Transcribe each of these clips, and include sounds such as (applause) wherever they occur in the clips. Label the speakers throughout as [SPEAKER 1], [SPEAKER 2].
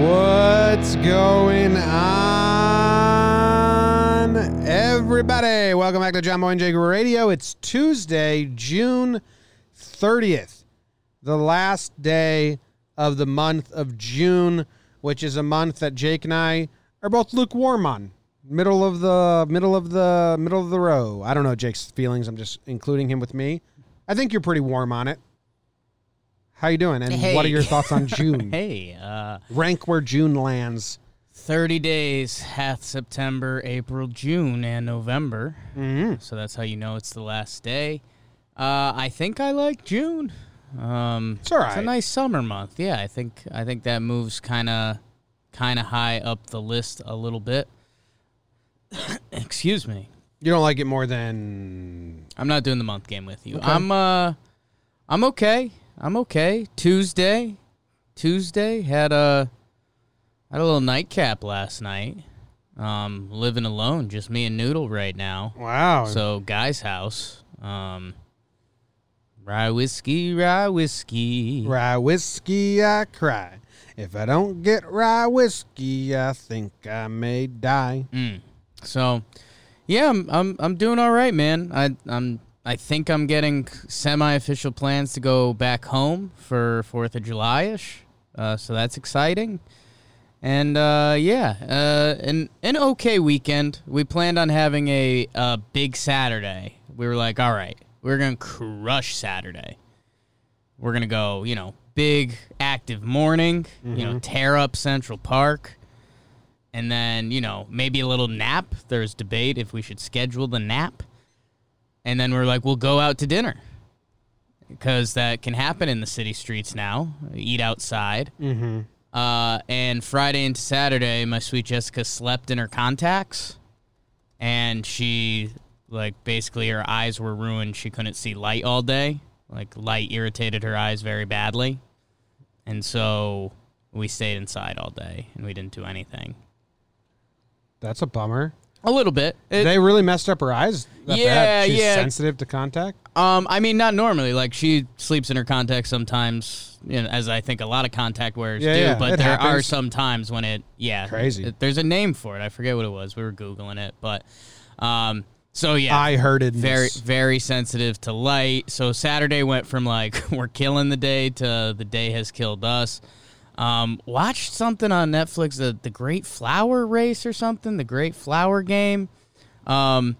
[SPEAKER 1] What's going on, everybody? Welcome back to John Boy and Jake Radio. It's Tuesday, June 30th, the last day of the month of June, which is a month that Jake and I are both lukewarm on. Middle of the middle of the middle of the row. I don't know Jake's feelings. I'm just including him with me. I think you're pretty warm on it. How you doing? And what are
[SPEAKER 2] Hey.
[SPEAKER 1] your thoughts on
[SPEAKER 2] (laughs)
[SPEAKER 1] June?
[SPEAKER 2] Hey, uh,
[SPEAKER 1] rank where June lands.
[SPEAKER 2] 30 days, half September, April, June, and November.
[SPEAKER 1] Mm-hmm.
[SPEAKER 2] So that's how you know it's the last day. Uh, I think I like June. Um,
[SPEAKER 1] It's all
[SPEAKER 2] It's a
[SPEAKER 1] right.
[SPEAKER 2] nice summer month. Yeah, I think I think that moves kind of kind of high up the list a little bit. (coughs) Excuse me.
[SPEAKER 1] You don't like it more than
[SPEAKER 2] I'm not doing the month game with you. I'm uh I'm okay. I'm okay. Tuesday. Tuesday had a had a little nightcap last night. Um living alone, just me and Noodle right now.
[SPEAKER 1] wow.
[SPEAKER 2] So guy's house. Um Rye whiskey, rye whiskey.
[SPEAKER 1] rye whiskey, I cry. If I don't get rye whiskey, I think I may die.
[SPEAKER 2] Mm. So, yeah, I'm I'm, I'm doing all right, man. I I'm I think I'm getting semi-official plans to go back home for Fourth of July ish. Uh, so that's exciting. And uh, yeah, uh, an an okay weekend. We planned on having a, a big Saturday. We were like, all right, we're gonna crush Saturday. We're gonna go, you know, big active morning. You know, tear up Central Park and then you know maybe a little nap. There's debate if we should schedule the nap, and then we're like, we'll go out to dinner because that can happen in the city streets now. Eat outside. Mm-hmm. Uh, and Friday into Saturday, my sweet Jessica slept in her contacts, and she like basically her eyes were ruined. She couldn't see light all day. Like light irritated her eyes very badly, and so. We stayed inside all day and we didn't do anything.
[SPEAKER 1] That's a bummer.
[SPEAKER 2] A little bit. It-
[SPEAKER 1] they really messed up her eyes. that
[SPEAKER 2] Yeah,
[SPEAKER 1] bad. She's
[SPEAKER 2] yeah.
[SPEAKER 1] sensitive to contact.
[SPEAKER 2] um, I mean, not normally. Like she sleeps in her contacts sometimes, you know, as I think a lot of contact wearers
[SPEAKER 1] Yeah,
[SPEAKER 2] do.
[SPEAKER 1] yeah,
[SPEAKER 2] but
[SPEAKER 1] it
[SPEAKER 2] there are
[SPEAKER 1] happens.
[SPEAKER 2] some times when it, yeah,
[SPEAKER 1] Crazy.
[SPEAKER 2] it- there's a name for it. I forget what it was. We were googling it, but um, so yeah,
[SPEAKER 1] I heard it.
[SPEAKER 2] very very sensitive to light. So Saturday went from like (laughs) we're killing the day to the day has killed us. Um, watched something on Netflix, the the Great Flower Race or something, the Great Flower Game. Um,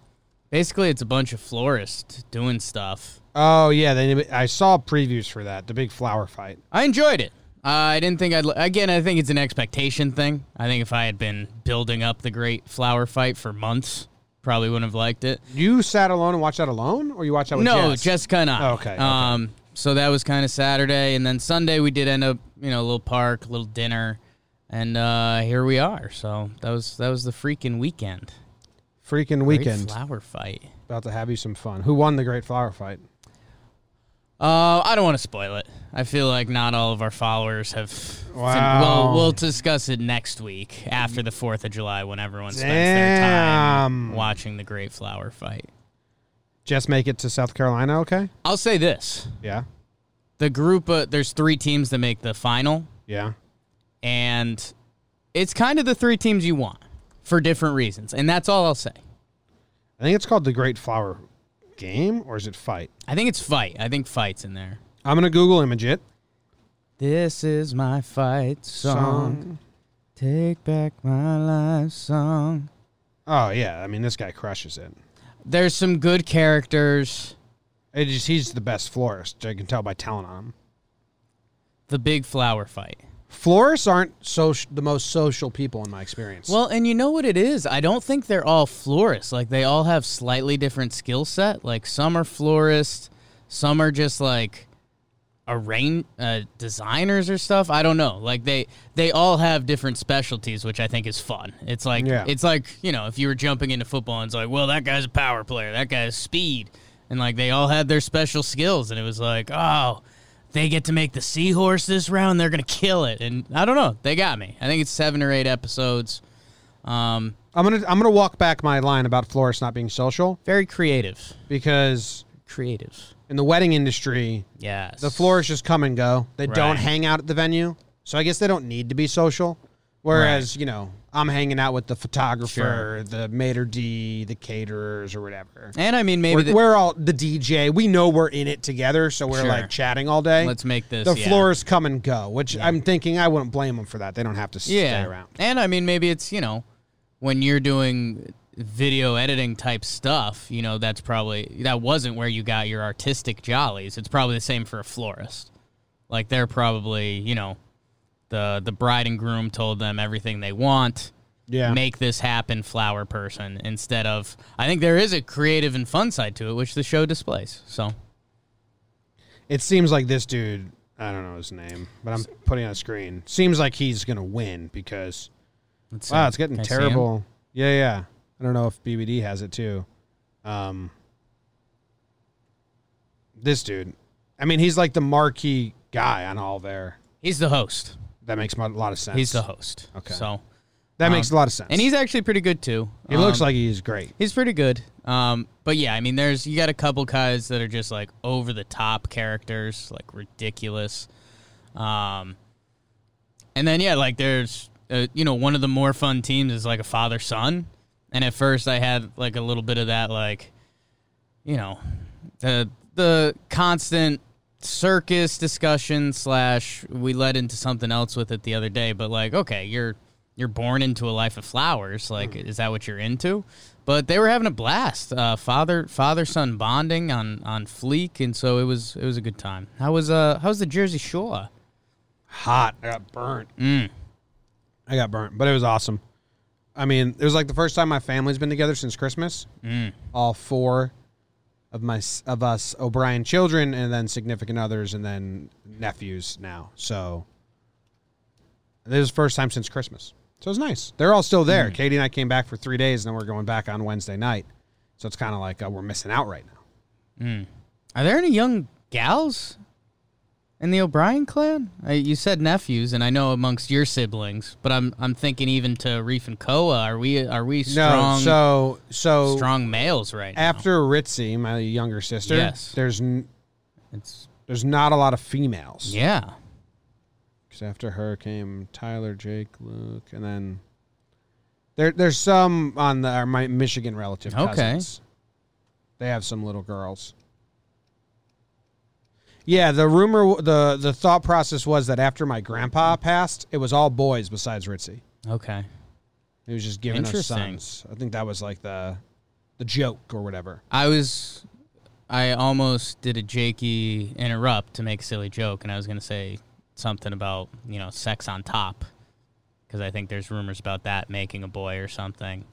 [SPEAKER 2] basically, it's a bunch of florists doing stuff.
[SPEAKER 1] Oh yeah, they. I saw previews for that. The big flower fight.
[SPEAKER 2] I enjoyed it. Uh, I didn't think I'd. li- Again, I think it's an expectation thing. I think if I had been building up the Great Flower Fight for months, probably wouldn't have liked it.
[SPEAKER 1] You sat alone and watched that alone, or you watched that with
[SPEAKER 2] no,
[SPEAKER 1] Jess?
[SPEAKER 2] Jessica and I.
[SPEAKER 1] Oh, Okay, okay.
[SPEAKER 2] Um, so that was kind of Saturday, and then Sunday we did end up, you know, a little park, a little dinner, and uh, here we are. So that was that was the freaking weekend.
[SPEAKER 1] freaking
[SPEAKER 2] Great
[SPEAKER 1] weekend.
[SPEAKER 2] flower fight.
[SPEAKER 1] About to have you some fun. Who won the great flower fight?
[SPEAKER 2] Uh, I don't want to spoil it. I feel like not all of our followers have.
[SPEAKER 1] Wow.
[SPEAKER 2] Well, we'll discuss it next week after the Fourth of July when everyone spends their
[SPEAKER 1] Damn.
[SPEAKER 2] time watching the Great Flower Fight.
[SPEAKER 1] Jess make it to South Carolina, okay?
[SPEAKER 2] I'll say this:
[SPEAKER 1] Yeah,
[SPEAKER 2] the group, uh, there's three teams that make the final.
[SPEAKER 1] yeah.
[SPEAKER 2] and it's kind of the three teams you want for different reasons, and that's all I'll say.
[SPEAKER 1] I think it's called the Great Flower game or is it fight?
[SPEAKER 2] I think it's fight. I think fight's in there.
[SPEAKER 1] I'm gonna Google image it.
[SPEAKER 2] This is my fight song. Take back my life song.
[SPEAKER 1] Oh yeah, I mean this guy crushes it.
[SPEAKER 2] There's some good characters.
[SPEAKER 1] It is, he's the best florist. I can tell by talent on him.
[SPEAKER 2] The big flower fight.
[SPEAKER 1] Florists aren't soci- the most social people in my experience.
[SPEAKER 2] Well, and you know what it is? I don't think they're all florists. Like they all have slightly different skill set. Like some are florists, some are just like arrange uh, designers or stuff. I don't know. Like they they all have different specialties, which I think is fun. It's like
[SPEAKER 1] Yeah.
[SPEAKER 2] it's like you know if you were jumping into football and it's like, well, that guy's a power player, that guy's speed, and like they all had their special skills, and it was like, oh. They get to make the seahorse this round. They're gonna kill it, and I don't know. They got me. I think it's seven or eight episodes. Um,
[SPEAKER 1] I'm gonna I'm gonna walk back my line about florists not being social
[SPEAKER 2] very creative.
[SPEAKER 1] because
[SPEAKER 2] Creative.
[SPEAKER 1] in the wedding industry,
[SPEAKER 2] Yes.
[SPEAKER 1] the florists just come and go. They don't
[SPEAKER 2] Right.
[SPEAKER 1] hang out at the venue, so I guess they don't need to be social. Whereas you know I'm hanging out with the photographer, the maitre d, the caterers, or whatever.
[SPEAKER 2] And I mean, maybe
[SPEAKER 1] We're,
[SPEAKER 2] (laughs) the,
[SPEAKER 1] we're all the DJ. We know we're in it together, so we're
[SPEAKER 2] Sure.
[SPEAKER 1] like chatting all day.
[SPEAKER 2] let's make this
[SPEAKER 1] the
[SPEAKER 2] yeah.
[SPEAKER 1] floors come and go, which I'm thinking I wouldn't blame them for that. They don't have to stay around.
[SPEAKER 2] And I mean, maybe it's, you know, when you're doing video editing type stuff, you know, that's probably, that wasn't where you got your artistic jollies. It's probably the same for a florist. Like they're probably, you know, the, the bride and groom told them everything they want.
[SPEAKER 1] Yeah.
[SPEAKER 2] Make this happen, flower person, instead of, I think there is a creative and fun side to it, which the show displays. So,
[SPEAKER 1] It seems like this dude, I don't know his name, but I'm putting on a screen. Seems like he's going to win because,
[SPEAKER 2] let's see.
[SPEAKER 1] wow, it's getting
[SPEAKER 2] Can I see him?
[SPEAKER 1] terrible. Yeah, yeah. I don't know if BBD has it too. Um, this dude, I mean, he's like the marquee guy on all there.
[SPEAKER 2] He's the host.
[SPEAKER 1] That makes a lot of sense.
[SPEAKER 2] He's the host.
[SPEAKER 1] Okay.
[SPEAKER 2] So,
[SPEAKER 1] that makes a lot of sense.
[SPEAKER 2] and he's actually pretty good too.
[SPEAKER 1] he looks
[SPEAKER 2] Um,
[SPEAKER 1] like he's great.
[SPEAKER 2] He's pretty good. Um, but yeah, I mean, there's you got a couple guys that are just like over the top characters, like ridiculous. Um, and then yeah, like there's uh, you know one of the more fun teams is like a father son, and at first I had like a little bit of that like, you know, the Uh, the constant circus discussion slash we led into something else with it the other day but like okay you're you're born into a life of flowers like is that what you're into but they were having a blast uh, father father son bonding on on fleek and so it was it was a good time how was uh how was the jersey shore
[SPEAKER 1] hot. Mm. I got burnt. I got burnt, but it was awesome. I mean, it was like the first time my family's been together since Christmas. All four of my s- of us O'Brien children, and then significant others, and then nephews now. So this is the first time since Christmas. So it was nice. They're all still there. Katie and I came back for three days, and then we're going back on Wednesday night. So it's kind of like uh, we're missing out right now.
[SPEAKER 2] are there any young gals in the O'Brien clan, I, you said nephews, and I know amongst your siblings, but I'm I'm thinking even to Reef and Koa. Are we are we strong?
[SPEAKER 1] no, so so
[SPEAKER 2] strong males right
[SPEAKER 1] after Ritzy, my younger sister,
[SPEAKER 2] Yes.
[SPEAKER 1] there's n-
[SPEAKER 2] now. It's
[SPEAKER 1] there's not a lot of females.
[SPEAKER 2] yeah.
[SPEAKER 1] Because after her came Tyler, Jake, Luke, and then there there's some on the our, my Michigan relative
[SPEAKER 2] Okay.
[SPEAKER 1] cousins. They have some little girls. Yeah, the rumor, the the thought process was that after my grandpa passed, it was all boys besides Ritzy.
[SPEAKER 2] Okay.
[SPEAKER 1] He was just giving us
[SPEAKER 2] Interesting.
[SPEAKER 1] sons. I think that was like the the joke or whatever.
[SPEAKER 2] I was I almost did a Jakey interrupt to make a silly joke and I was going to say something about, you know, sex on top cuz I think there's rumors about that making a boy or something.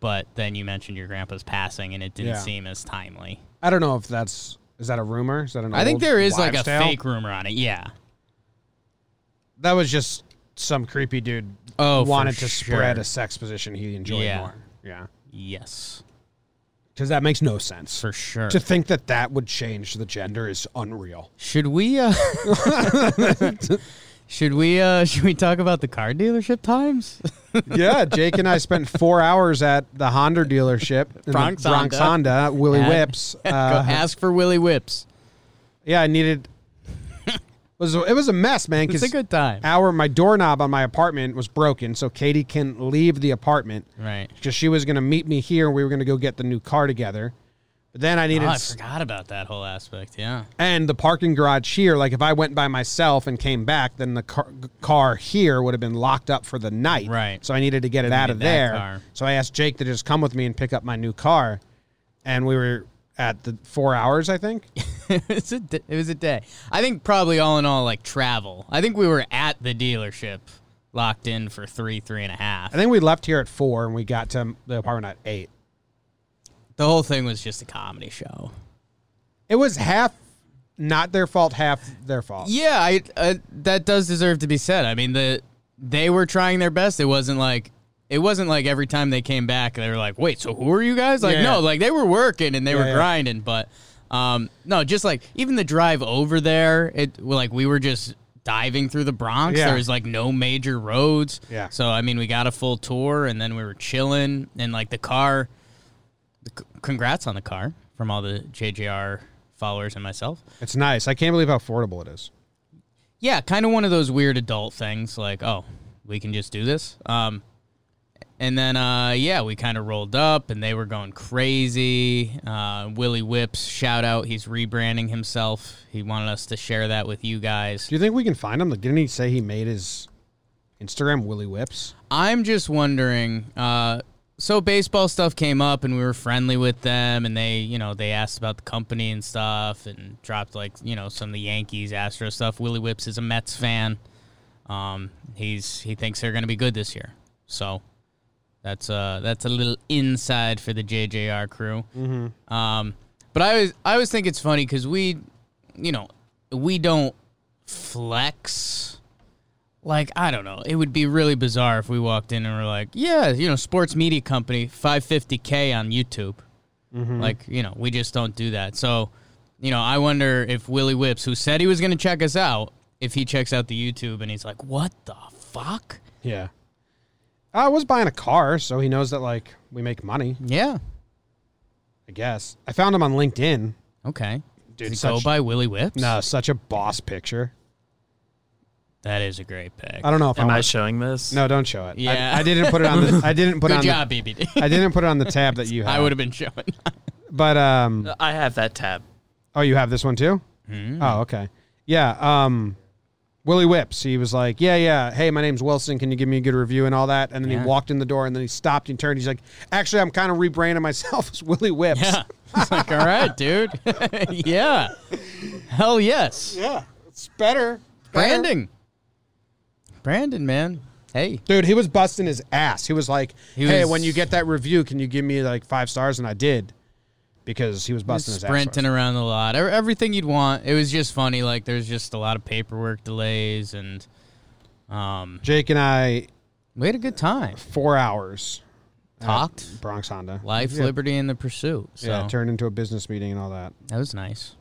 [SPEAKER 2] But then you mentioned your grandpa's passing and it didn't
[SPEAKER 1] Yeah.
[SPEAKER 2] seem as timely.
[SPEAKER 1] I don't know if that's is that a rumor? Is that an
[SPEAKER 2] I think
[SPEAKER 1] old
[SPEAKER 2] there is like
[SPEAKER 1] wives'
[SPEAKER 2] a
[SPEAKER 1] tale?
[SPEAKER 2] fake rumor on it. Yeah.
[SPEAKER 1] That was just some creepy dude
[SPEAKER 2] Oh, for
[SPEAKER 1] wanted to spread
[SPEAKER 2] sure.
[SPEAKER 1] a sex position he enjoyed
[SPEAKER 2] Yeah.
[SPEAKER 1] more. Yeah.
[SPEAKER 2] Yes.
[SPEAKER 1] Because that makes no sense.
[SPEAKER 2] For sure.
[SPEAKER 1] To think that that would change the gender is
[SPEAKER 2] (laughs)
[SPEAKER 1] unreal.
[SPEAKER 2] Should we
[SPEAKER 1] (laughs)
[SPEAKER 2] uh Should we uh should we talk about the car dealership times?
[SPEAKER 1] yeah, Jake and I spent four hours at the Honda dealership, in the
[SPEAKER 2] Bronx
[SPEAKER 1] Bronx
[SPEAKER 2] Honda.
[SPEAKER 1] Honda, Willie
[SPEAKER 2] At-
[SPEAKER 1] Whips.
[SPEAKER 2] (laughs) Go
[SPEAKER 1] Uh,
[SPEAKER 2] ask for Willy Whips.
[SPEAKER 1] yeah, I needed. Was it was a mess, man.
[SPEAKER 2] It's
[SPEAKER 1] Because
[SPEAKER 2] a good time.
[SPEAKER 1] our my doorknob on my apartment was broken, so Katie can leave the apartment.
[SPEAKER 2] Right.
[SPEAKER 1] because she was going to meet me here. We were going to go get the new car together. But Then I needed,
[SPEAKER 2] Oh, I
[SPEAKER 1] s-
[SPEAKER 2] forgot about that whole aspect. (laughs) Yeah.
[SPEAKER 1] and the parking garage here. Like if I went by myself and came back, then the car, car here would have been locked up for the night.
[SPEAKER 2] Right.
[SPEAKER 1] So I needed to get it out of
[SPEAKER 2] that
[SPEAKER 1] there.
[SPEAKER 2] car.
[SPEAKER 1] So I asked Jake to just come with me and pick up my new car, and we were at the four hours, I think.
[SPEAKER 2] it was a d- it was a day. I think probably all in all, like travel. I think we were at the dealership, locked in for three, three and a half.
[SPEAKER 1] I think we left here at four and we got to the apartment at eight.
[SPEAKER 2] the whole thing was just a comedy show.
[SPEAKER 1] It was half not their fault, half their fault.
[SPEAKER 2] Yeah, I uh, that does deserve to be said. I mean, the they were trying their best. It wasn't like it wasn't like every time they came back they were like, "Wait, so who are you guys?" Like,
[SPEAKER 1] Yeah.
[SPEAKER 2] no, like they were working and they were
[SPEAKER 1] yeah.
[SPEAKER 2] grinding, but um no, just like even the drive over there, it like we were just diving through the Bronx.
[SPEAKER 1] Yeah.
[SPEAKER 2] There was like no major roads.
[SPEAKER 1] Yeah.
[SPEAKER 2] So I mean, we got a full tour and then we were chilling and like the car the, c- congrats on the car from all the JJR followers and myself.
[SPEAKER 1] It's nice. I can't believe how affordable it is.
[SPEAKER 2] yeah, kind of one of those weird adult things like, oh, we can just do this. Um, and then, uh, yeah, we kind of rolled up and they were going crazy. Uh, Willie Whips, shout out. He's rebranding himself. He wanted us to share that with you guys.
[SPEAKER 1] Do you think we can find him? Like, didn't he say he made his Instagram Willy Whips?
[SPEAKER 2] I'm just wondering. Uh, so baseball stuff came up, and we were friendly with them, and they, you know, they asked about the company and stuff, and dropped like, you know, some of the Yankees, Astro stuff. Willie Whips is a Mets fan. Um, he's he thinks they're going to be good this year. So that's uh that's a little inside for the JJR crew. Mm-hmm. Um, but I always I always think it's funny because we, you know, we don't flex like I don't know. It would be really bizarre if we walked in and were like, "Yeah, you know, sports media company, 550k on YouTube."
[SPEAKER 1] Mm-hmm.
[SPEAKER 2] Like, you know, we just don't do that. So, you know, I wonder if Willie Whips, who said he was going to check us out, if he checks out the YouTube and he's like, "What the fuck?"
[SPEAKER 1] Yeah. I was buying a car, so he knows that like we make money.
[SPEAKER 2] Yeah.
[SPEAKER 1] I guess I found him on LinkedIn.
[SPEAKER 2] Okay.
[SPEAKER 1] Dude,
[SPEAKER 2] Does it
[SPEAKER 1] such-
[SPEAKER 2] go by Willie Whips?
[SPEAKER 1] No, such a boss picture.
[SPEAKER 2] That is a great pick.
[SPEAKER 1] I don't know if
[SPEAKER 3] Am
[SPEAKER 1] I
[SPEAKER 3] I
[SPEAKER 1] want.
[SPEAKER 3] showing this?
[SPEAKER 1] no, don't show it. I-
[SPEAKER 2] Yeah.
[SPEAKER 1] I, didn't put it on. The, I
[SPEAKER 2] (laughs)
[SPEAKER 1] didn't put it
[SPEAKER 2] Good
[SPEAKER 1] on.
[SPEAKER 2] job, BBD.
[SPEAKER 1] The, (laughs) I didn't put it on the tab that you have.
[SPEAKER 2] (laughs) I would have been showing. (laughs)
[SPEAKER 1] But um,
[SPEAKER 3] I have that tab.
[SPEAKER 1] oh, you have this one too.
[SPEAKER 2] Mm-hmm.
[SPEAKER 1] Oh, okay. Yeah. Um, Willie Whips. He was like, yeah, yeah. Hey, my name's Wilson. Can you give me a good review and all that? And then
[SPEAKER 2] Yeah.
[SPEAKER 1] he walked in the door, and then he stopped and turned. He's like, actually, I'm kind of rebranding myself (laughs) as Willie Whips.
[SPEAKER 2] yeah. It's like, "All right, dude." (laughs) yeah. Hell yes.
[SPEAKER 1] Yeah, It's better. Better.
[SPEAKER 2] Brandon. Brandon, man. Hey.
[SPEAKER 1] Dude, he was busting his ass. He was like,
[SPEAKER 2] He
[SPEAKER 1] "Hey,
[SPEAKER 2] was-
[SPEAKER 1] when you get that review, can you give me like five stars?" And I did because he was busting his ass.
[SPEAKER 2] Sprinting around the lot. Ev- Everything you'd want. It was just funny. Like, there's just a lot of paperwork delays, and um,
[SPEAKER 1] Jake and I,
[SPEAKER 2] we had a good time.
[SPEAKER 1] four hours,
[SPEAKER 2] Talked.
[SPEAKER 1] Bronx Honda.
[SPEAKER 2] Life, liberty, and the pursuit. So
[SPEAKER 1] Yeah, turned into a business meeting and all that.
[SPEAKER 2] that was nice.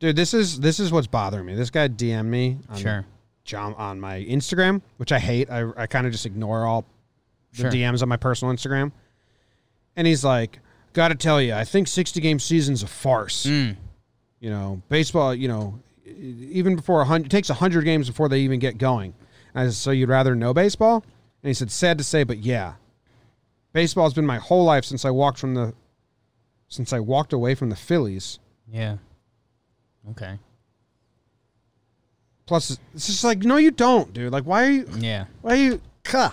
[SPEAKER 1] Dude, this is this is what's bothering me. This guy DM'd me on,
[SPEAKER 2] Sure.
[SPEAKER 1] John, on my Instagram, which I hate. I, I kind of just ignore all the
[SPEAKER 2] Sure.
[SPEAKER 1] DMs on my personal Instagram. And he's like, "Got to tell you, I think 60 game season's a farce."
[SPEAKER 2] Mm.
[SPEAKER 1] you know, baseball, you know, e- even before a 100, it takes 100 games before they even get going. And I said, so you'd rather know baseball? And he said, sad to say, but yeah. Baseball's been my whole life since I walked from the, since I walked away from the Phillies.
[SPEAKER 2] Yeah. Okay.
[SPEAKER 1] Plus, it's just like, no, you don't, dude. Like, why are you,
[SPEAKER 2] Yeah.
[SPEAKER 1] why are you, cuh.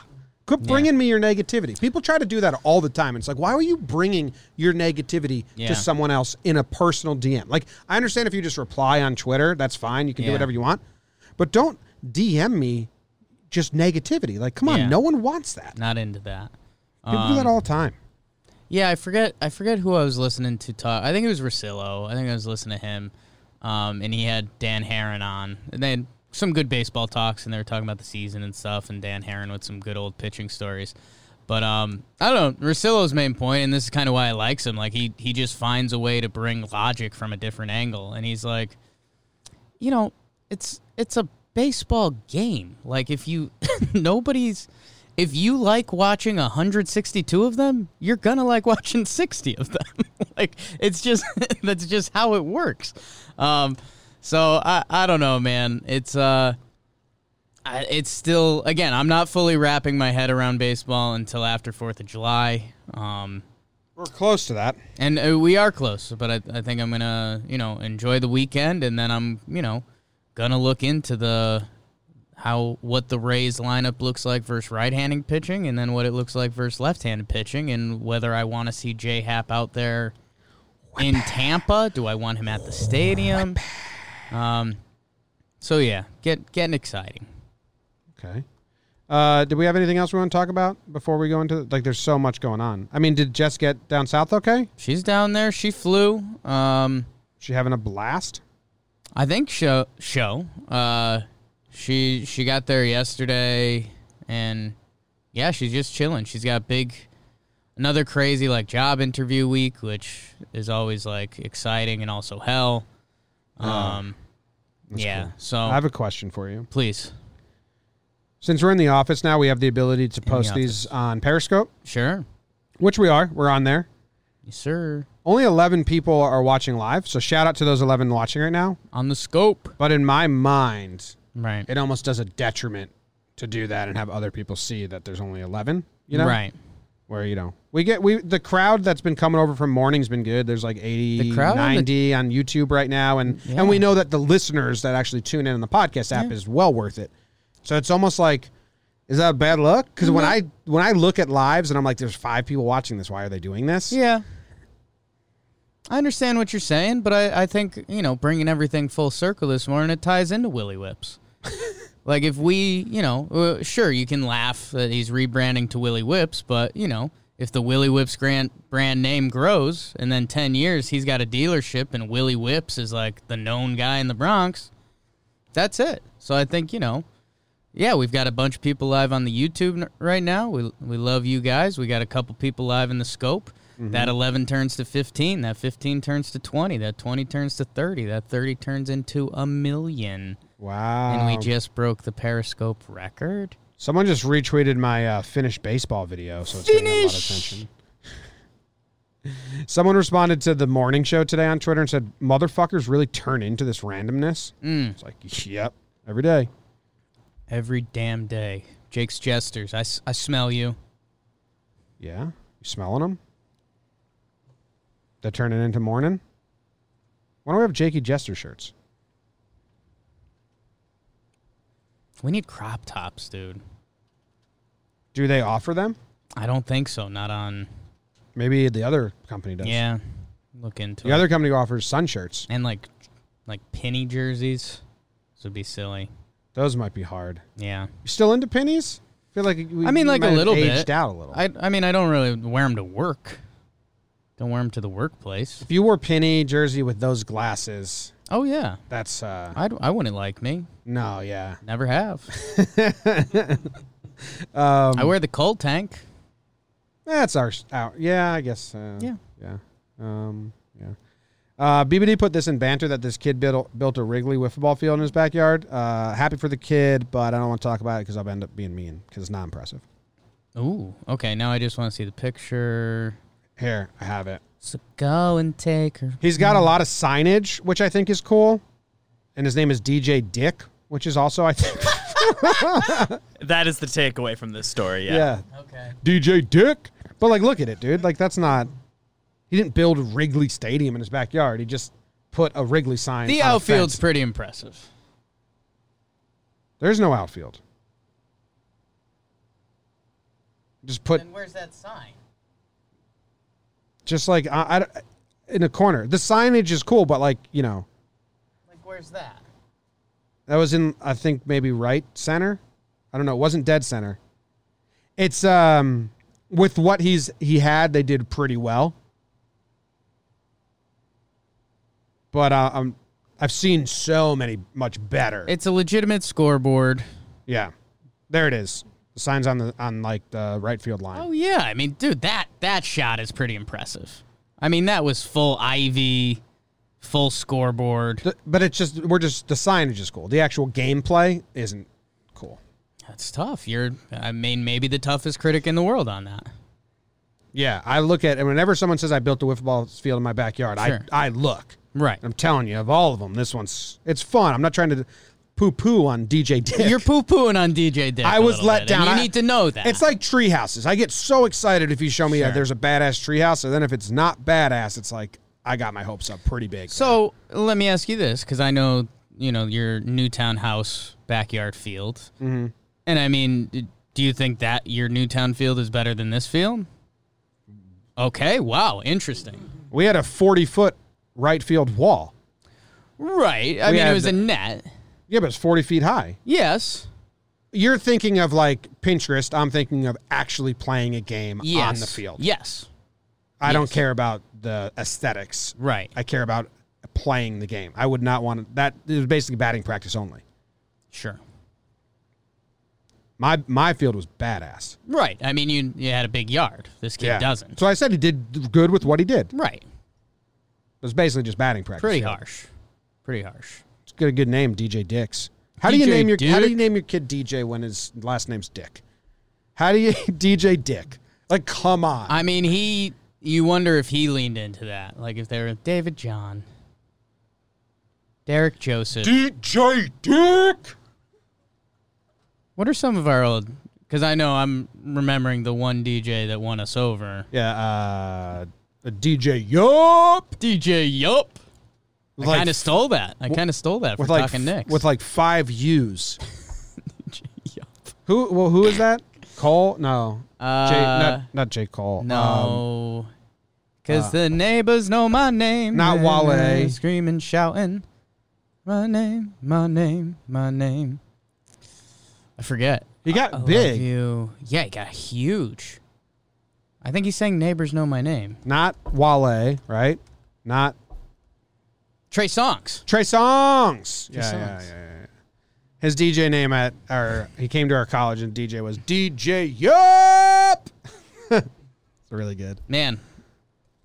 [SPEAKER 1] Quit bringing me your negativity. People try to do that all the time. It's like, why are you bringing your negativity
[SPEAKER 2] Yeah.
[SPEAKER 1] to someone else in a personal DM? Like, I understand if you just reply on Twitter, that's fine. You can
[SPEAKER 2] Yeah.
[SPEAKER 1] do whatever you want, but don't DM me just negativity. Like, come on,
[SPEAKER 2] Yeah. Um,
[SPEAKER 1] no one wants that.
[SPEAKER 2] Not into that.
[SPEAKER 1] People do that all the time.
[SPEAKER 2] Yeah, I forget. I forget who I was listening to talk. I think it was Rosillo. I think I was listening to him, um, and he had Dan Heron on, and they had some good baseball talks, and they were talking about the season and stuff, and Dan Heron with some good old pitching stories. But um, I don't know. Rosillo's main point, and this is kind of why I likes him. Like he he just finds a way to bring logic from a different angle, and he's like, you know, it's it's a baseball game. Like if you (laughs) nobody's if you like watching 162 of them, you're gonna like watching (laughs) 60 of them. (laughs) like it's just (laughs) that's just how it works. Um, so I I don't know, man. It's uh. I, it's still again. I'm not fully wrapping my head around baseball until after Fourth of July. Um,
[SPEAKER 1] We're close to that.
[SPEAKER 2] and uh, we are close. But I, I think I'm gonna, you know, enjoy the weekend, and then I'm, you know, gonna look into the how what the Rays lineup looks like versus right-handed pitching, and then what it looks like versus left-handed pitching, and whether I want to see J Hap out there in Tampa. Do I want him at the stadium? Um, so yeah, get getting exciting.
[SPEAKER 1] Okay. Uh, did we have anything else we want to talk about before we go into like? There's so much going on. I mean, did Jess get down south? Okay,
[SPEAKER 2] She's down there. She flew. Um,
[SPEAKER 1] she having a blast.
[SPEAKER 2] I think show show. Uh, she she got there yesterday, and yeah, she's just chilling. She's got big, another crazy like job interview week, which is always like exciting and also hell.
[SPEAKER 1] Ah,
[SPEAKER 2] Um, yeah. So
[SPEAKER 1] I have a question for you.
[SPEAKER 2] please,
[SPEAKER 1] Since we're in the office now, we have the ability to post
[SPEAKER 2] office.
[SPEAKER 1] these on Periscope,
[SPEAKER 2] sure,
[SPEAKER 1] which we are. We're on there.
[SPEAKER 2] yes, sir,
[SPEAKER 1] Only 11 people are watching live, so shout out to those 11 watching right now.
[SPEAKER 2] on the scope,
[SPEAKER 1] But in my mind,
[SPEAKER 2] right?
[SPEAKER 1] it almost does a detriment to do that and have other people see that there's only 11, you know?
[SPEAKER 2] right.
[SPEAKER 1] Where, you know, we get, we, the crowd that's been coming over from morning's been good. There's like 80,
[SPEAKER 2] The crowd on the-
[SPEAKER 1] 90 on YouTube right now. And, and we know that the listeners that actually tune in on the podcast app is well worth it. So it's almost like, is that bad luck? Because when
[SPEAKER 2] Mm-hmm.
[SPEAKER 1] I when I look at lives and I'm like, there's five people watching this. Why are they doing this?
[SPEAKER 2] Yeah. I understand what you're saying, but I, I think, you know, bringing everything full circle this morning, it ties into Willy Whips. like, if we, you know, uh, sure, you can laugh that he's rebranding to Willy Whips, but, you know, if the Willy Whips grant brand name grows and then 10 years he's got a dealership and Willy Whips is like the known guy in the Bronx, that's it. So I think, you know, yeah, we've got a bunch of people live on the YouTube n- right now. We we love you guys. We got a couple people live in the scope. That 11 turns to 15, that 15 turns to 20, that 20 turns to 30, that 30 turns into a million.
[SPEAKER 1] Wow.
[SPEAKER 2] And we just broke the Periscope record.
[SPEAKER 1] Someone just retweeted my uh, finished baseball video, so it's getting a lot of attention. (laughs) Someone responded to the morning show today on Twitter and said, "Motherfuckers really turn into this randomness."
[SPEAKER 2] Mm.
[SPEAKER 1] It's like, yep, every day.
[SPEAKER 2] Every damn day. Jake's Jesters, I, s- I smell you.
[SPEAKER 1] Yeah, you smelling them? They're turning into morning. Why don't we have Jakey Jester shirts?
[SPEAKER 2] We need crop tops, dude.
[SPEAKER 1] Do they offer them?
[SPEAKER 2] I don't think so. Not on.
[SPEAKER 1] Maybe the other company does.
[SPEAKER 2] Yeah. Look into
[SPEAKER 1] The
[SPEAKER 2] it.
[SPEAKER 1] other company offers sun shirts.
[SPEAKER 2] and like like penny jerseys. This would be silly.
[SPEAKER 1] Those might be hard.
[SPEAKER 2] Yeah.
[SPEAKER 1] You still into pennies? Feel like we,
[SPEAKER 2] I mean,
[SPEAKER 1] we
[SPEAKER 2] like
[SPEAKER 1] might
[SPEAKER 2] a
[SPEAKER 1] have
[SPEAKER 2] little
[SPEAKER 1] aged
[SPEAKER 2] bit.
[SPEAKER 1] out a little.
[SPEAKER 2] I I mean, I don't really wear them to work. Don't wear them to the workplace.
[SPEAKER 1] If you wore penny jersey with those glasses,
[SPEAKER 2] Oh yeah,
[SPEAKER 1] that's uh
[SPEAKER 2] I I wouldn't like me.
[SPEAKER 1] no, yeah.
[SPEAKER 2] Never (laughs) have. I wear the cold tank.
[SPEAKER 1] That's our out. Yeah, I guess. Uh,
[SPEAKER 2] Yeah.
[SPEAKER 1] yeah, um, yeah. Uh, BBD put this in banter that this kid built, built a Wrigley wiffle ball field in his backyard. Uh, happy for the kid, but I don't want to talk about it because I'll end up being mean because it's not impressive.
[SPEAKER 2] Ooh, okay. Now I just want to see the picture.
[SPEAKER 1] Here, I have it.
[SPEAKER 2] So go and take her.
[SPEAKER 1] He's got a lot of signage, which I think is cool, and his name is DJ Dick, which is also I think
[SPEAKER 3] That is the takeaway from this story. Yeah.
[SPEAKER 1] (laughs) yeah
[SPEAKER 2] Okay.
[SPEAKER 1] DJ Dick. But like, look at it, dude. Like, that's not. He didn't build Wrigley Stadium in his backyard. He just put a Wrigley sign.
[SPEAKER 2] The
[SPEAKER 1] on a
[SPEAKER 2] outfield's
[SPEAKER 1] fence.
[SPEAKER 2] pretty impressive.
[SPEAKER 1] There's no outfield. Just put,
[SPEAKER 2] where's that sign?
[SPEAKER 1] just like I, I- in a corner. The signage is cool, but like you know,
[SPEAKER 2] Like where's that?
[SPEAKER 1] that was in I think maybe right center. I don't know. It wasn't dead center. It's um with what he's he had, they did pretty well. But uh, um, I've seen so many much better.
[SPEAKER 2] It's a legitimate scoreboard.
[SPEAKER 1] yeah, there it is. The signs on the on like the right field line.
[SPEAKER 2] Oh yeah, I mean, dude, that that shot is pretty impressive. I mean, that was full Ivy, full scoreboard.
[SPEAKER 1] Th- but it's just we're just the signage is cool. The actual gameplay isn't cool.
[SPEAKER 2] That's tough. You're, I mean, maybe the toughest critic in the world on that.
[SPEAKER 1] Yeah, I look at and whenever someone says I built a wiffle ball field in my backyard,
[SPEAKER 2] Sure.
[SPEAKER 1] I I look.
[SPEAKER 2] Right.
[SPEAKER 1] I'm telling you, of all of them, this one's it's fun. I'm not trying to poo poo on
[SPEAKER 2] (laughs)
[SPEAKER 1] DJ Dick.
[SPEAKER 2] You're poo pooing on DJ Dick.
[SPEAKER 1] I
[SPEAKER 2] a
[SPEAKER 1] was
[SPEAKER 2] little
[SPEAKER 1] let
[SPEAKER 2] bit,
[SPEAKER 1] down.
[SPEAKER 2] And you
[SPEAKER 1] I-
[SPEAKER 2] need to know that.
[SPEAKER 1] It's like tree houses. I get so excited if you show me that
[SPEAKER 2] Sure.
[SPEAKER 1] there's a badass tree house, and then if it's not badass, it's like I got my hopes up pretty big.
[SPEAKER 2] So let me ask you this, because I know you know your Newtown house backyard field, mm-hmm. and I mean, d- do you think that your Newtown field is better than this field? Okay, wow, interesting.
[SPEAKER 1] we had a 40 foot right field wall.
[SPEAKER 2] Right, I
[SPEAKER 1] We
[SPEAKER 2] mean,
[SPEAKER 1] had
[SPEAKER 2] it was
[SPEAKER 1] the-
[SPEAKER 2] a net.
[SPEAKER 1] Yeah, but it's 40 feet high.
[SPEAKER 2] Yes,
[SPEAKER 1] You're thinking of like Pinterest. I'm thinking of actually playing a game
[SPEAKER 2] yes,
[SPEAKER 1] on the field.
[SPEAKER 2] Yes,
[SPEAKER 1] I don't care about the aesthetics.
[SPEAKER 2] right,
[SPEAKER 1] I care about playing the game. I would not want that. It was basically batting practice only.
[SPEAKER 2] sure,
[SPEAKER 1] My my field was badass.
[SPEAKER 2] right. I mean, you you had a big yard. This kid doesn't.
[SPEAKER 1] So I said he did good with what he did. It
[SPEAKER 2] Right,
[SPEAKER 1] was basically just batting practice.
[SPEAKER 2] pretty
[SPEAKER 1] Yeah.
[SPEAKER 2] harsh, pretty harsh.
[SPEAKER 1] It's got a good name, DJ Dix. How do you
[SPEAKER 2] DJ
[SPEAKER 1] name your How do
[SPEAKER 2] Dick?
[SPEAKER 1] you name your kid DJ when his last name's Dick? How do you (laughs) DJ Dick? Like, come on.
[SPEAKER 2] I mean, he. You wonder if he leaned into that, like if they were David John, Derek Joseph.
[SPEAKER 1] DJ Dick.
[SPEAKER 2] What are some of our old? Because I know I'm remembering the one DJ that won us over.
[SPEAKER 1] Yeah, uh, DJ Yup.
[SPEAKER 2] DJ Yup. I
[SPEAKER 1] Like-
[SPEAKER 2] kind of stole that. I kind of stole that for
[SPEAKER 1] With like
[SPEAKER 2] talking
[SPEAKER 1] f-
[SPEAKER 2] Knicks.
[SPEAKER 1] with like five U's.
[SPEAKER 2] DJ (laughs) Yup.
[SPEAKER 1] Who? Well, who is that? Cole? No. Jay,
[SPEAKER 2] Uh,
[SPEAKER 1] not, not Jay Cole. Um,
[SPEAKER 2] No. Because Oh. the neighbors know my name.
[SPEAKER 1] Ah. Not
[SPEAKER 2] and
[SPEAKER 1] Wale.
[SPEAKER 2] they're Screaming, shouting. My name, my name, my name. I forget.
[SPEAKER 1] he got
[SPEAKER 2] I love
[SPEAKER 1] big.
[SPEAKER 2] you. Yeah, he got huge. I think he's saying neighbors know my name.
[SPEAKER 1] Not Wale, right? Not
[SPEAKER 2] Trey Songs.
[SPEAKER 1] Trey Songs. Yeah,
[SPEAKER 2] Trey
[SPEAKER 1] yeah,
[SPEAKER 2] Songz.
[SPEAKER 1] yeah, yeah. His DJ name at our he came to our college and DJ was DJ Yup. (laughs) it's really good.
[SPEAKER 2] Man,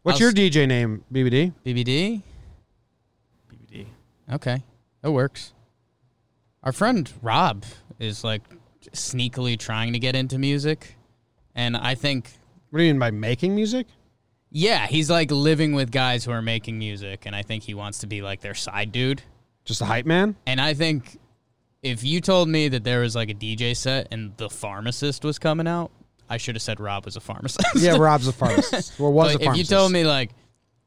[SPEAKER 1] What's
[SPEAKER 2] I'll
[SPEAKER 1] your
[SPEAKER 2] s-
[SPEAKER 1] DJ name, BBD?
[SPEAKER 2] BBD.
[SPEAKER 3] BBD.
[SPEAKER 2] Okay, that works. Our friend Rob is like sneakily trying to get into music, and I think
[SPEAKER 1] What do you mean by making music?
[SPEAKER 2] yeah, he's like living with guys who are making music, and I think he wants to be like their side dude.
[SPEAKER 1] Just a hype
[SPEAKER 2] (laughs)
[SPEAKER 1] man?
[SPEAKER 2] And I think if you told me that there was like a DJ set and the pharmacist was coming out, I should have said Rob was a pharmacist.
[SPEAKER 1] (laughs) Yeah, Rob's a pharmacist. Well, was
[SPEAKER 2] But
[SPEAKER 1] a
[SPEAKER 2] if you
[SPEAKER 1] pharmacist.
[SPEAKER 2] told me like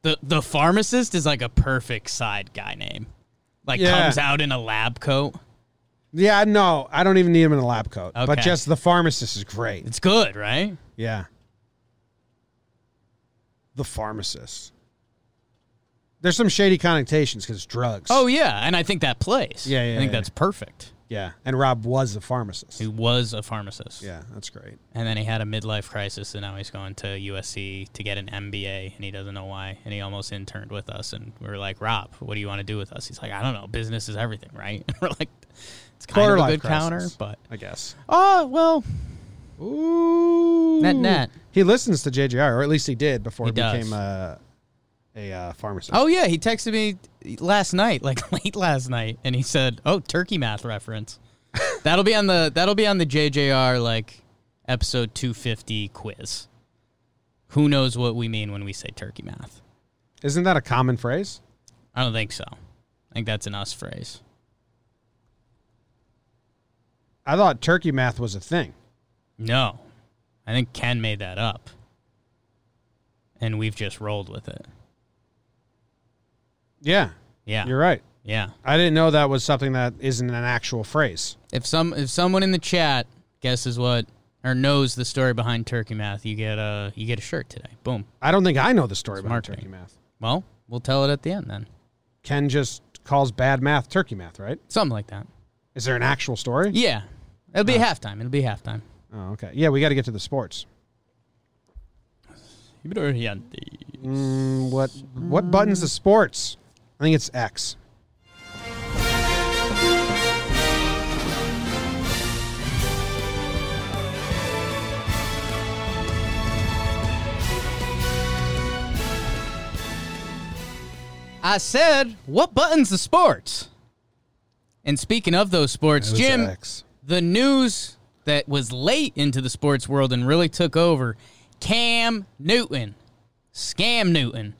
[SPEAKER 2] the the pharmacist is like a perfect side guy name, like
[SPEAKER 1] Yeah.
[SPEAKER 2] comes out in a lab coat.
[SPEAKER 1] Yeah, no, I don't even need him in a lab coat. But
[SPEAKER 2] Okay.
[SPEAKER 1] just the pharmacist is great.
[SPEAKER 2] It's good, right?
[SPEAKER 1] Yeah. The pharmacist. There's some shady connotations because drugs.
[SPEAKER 2] Oh yeah, and I think that plays.
[SPEAKER 1] Yeah, yeah,
[SPEAKER 2] I think
[SPEAKER 1] yeah.
[SPEAKER 2] that's perfect.
[SPEAKER 1] yeah. And Rob was a pharmacist.
[SPEAKER 2] He was a pharmacist.
[SPEAKER 1] Yeah, that's great.
[SPEAKER 2] And then he had a midlife crisis, and now he's going to USC to get an MBA, and he doesn't know why. And he almost interned with us, and we were like, "Rob, what do you want to do with us?" He's like, "I don't know. Business is everything, right?" (laughs) And we're like, "It's kind of
[SPEAKER 1] Quarter-life
[SPEAKER 2] a good
[SPEAKER 1] crisis.
[SPEAKER 2] counter, but
[SPEAKER 1] I guess.
[SPEAKER 2] oh well,
[SPEAKER 1] Ooh.
[SPEAKER 2] Oh. net net."
[SPEAKER 1] He listens to JJR, or at least he did before he,
[SPEAKER 2] He does.
[SPEAKER 1] became a, a uh, pharmacist.
[SPEAKER 2] Oh yeah, he texted me last night, like (laughs) late last night, and he said, "Oh, turkey math reference." that'll be on the that'll be on the JJR like episode 250 quiz. Who knows what we mean when we say turkey math?
[SPEAKER 1] Isn't that a common phrase?
[SPEAKER 2] I don't think so. I think that's an us phrase.
[SPEAKER 1] I thought turkey math was a thing.
[SPEAKER 2] No. I think Ken made that up. And we've just rolled with it.
[SPEAKER 1] Yeah,
[SPEAKER 2] Yeah.
[SPEAKER 1] you're right.
[SPEAKER 2] Yeah.
[SPEAKER 1] I didn't know that was something that isn't an actual phrase.
[SPEAKER 2] If some if someone in the chat guesses what or knows the story behind turkey math, you get a you get a shirt today. Boom.
[SPEAKER 1] I don't think I know the story about
[SPEAKER 2] Smart
[SPEAKER 1] turkey
[SPEAKER 2] thing.
[SPEAKER 1] math.
[SPEAKER 2] Well, we'll tell it at the end then.
[SPEAKER 1] Ken just calls bad math turkey math, right?
[SPEAKER 2] Something like that.
[SPEAKER 1] Is there an actual story?
[SPEAKER 2] Yeah. It'll be halftime. It'll be halftime.
[SPEAKER 1] Oh, okay. Yeah, we got to get to the sports. Mm, what what buttons the sports? I think it's X.
[SPEAKER 2] I said, what buttons the sports? And speaking of those sports,
[SPEAKER 1] It's
[SPEAKER 2] Jim,
[SPEAKER 1] X.
[SPEAKER 2] the news that was late into the sports world and really took over Cam Newton, Scam Newton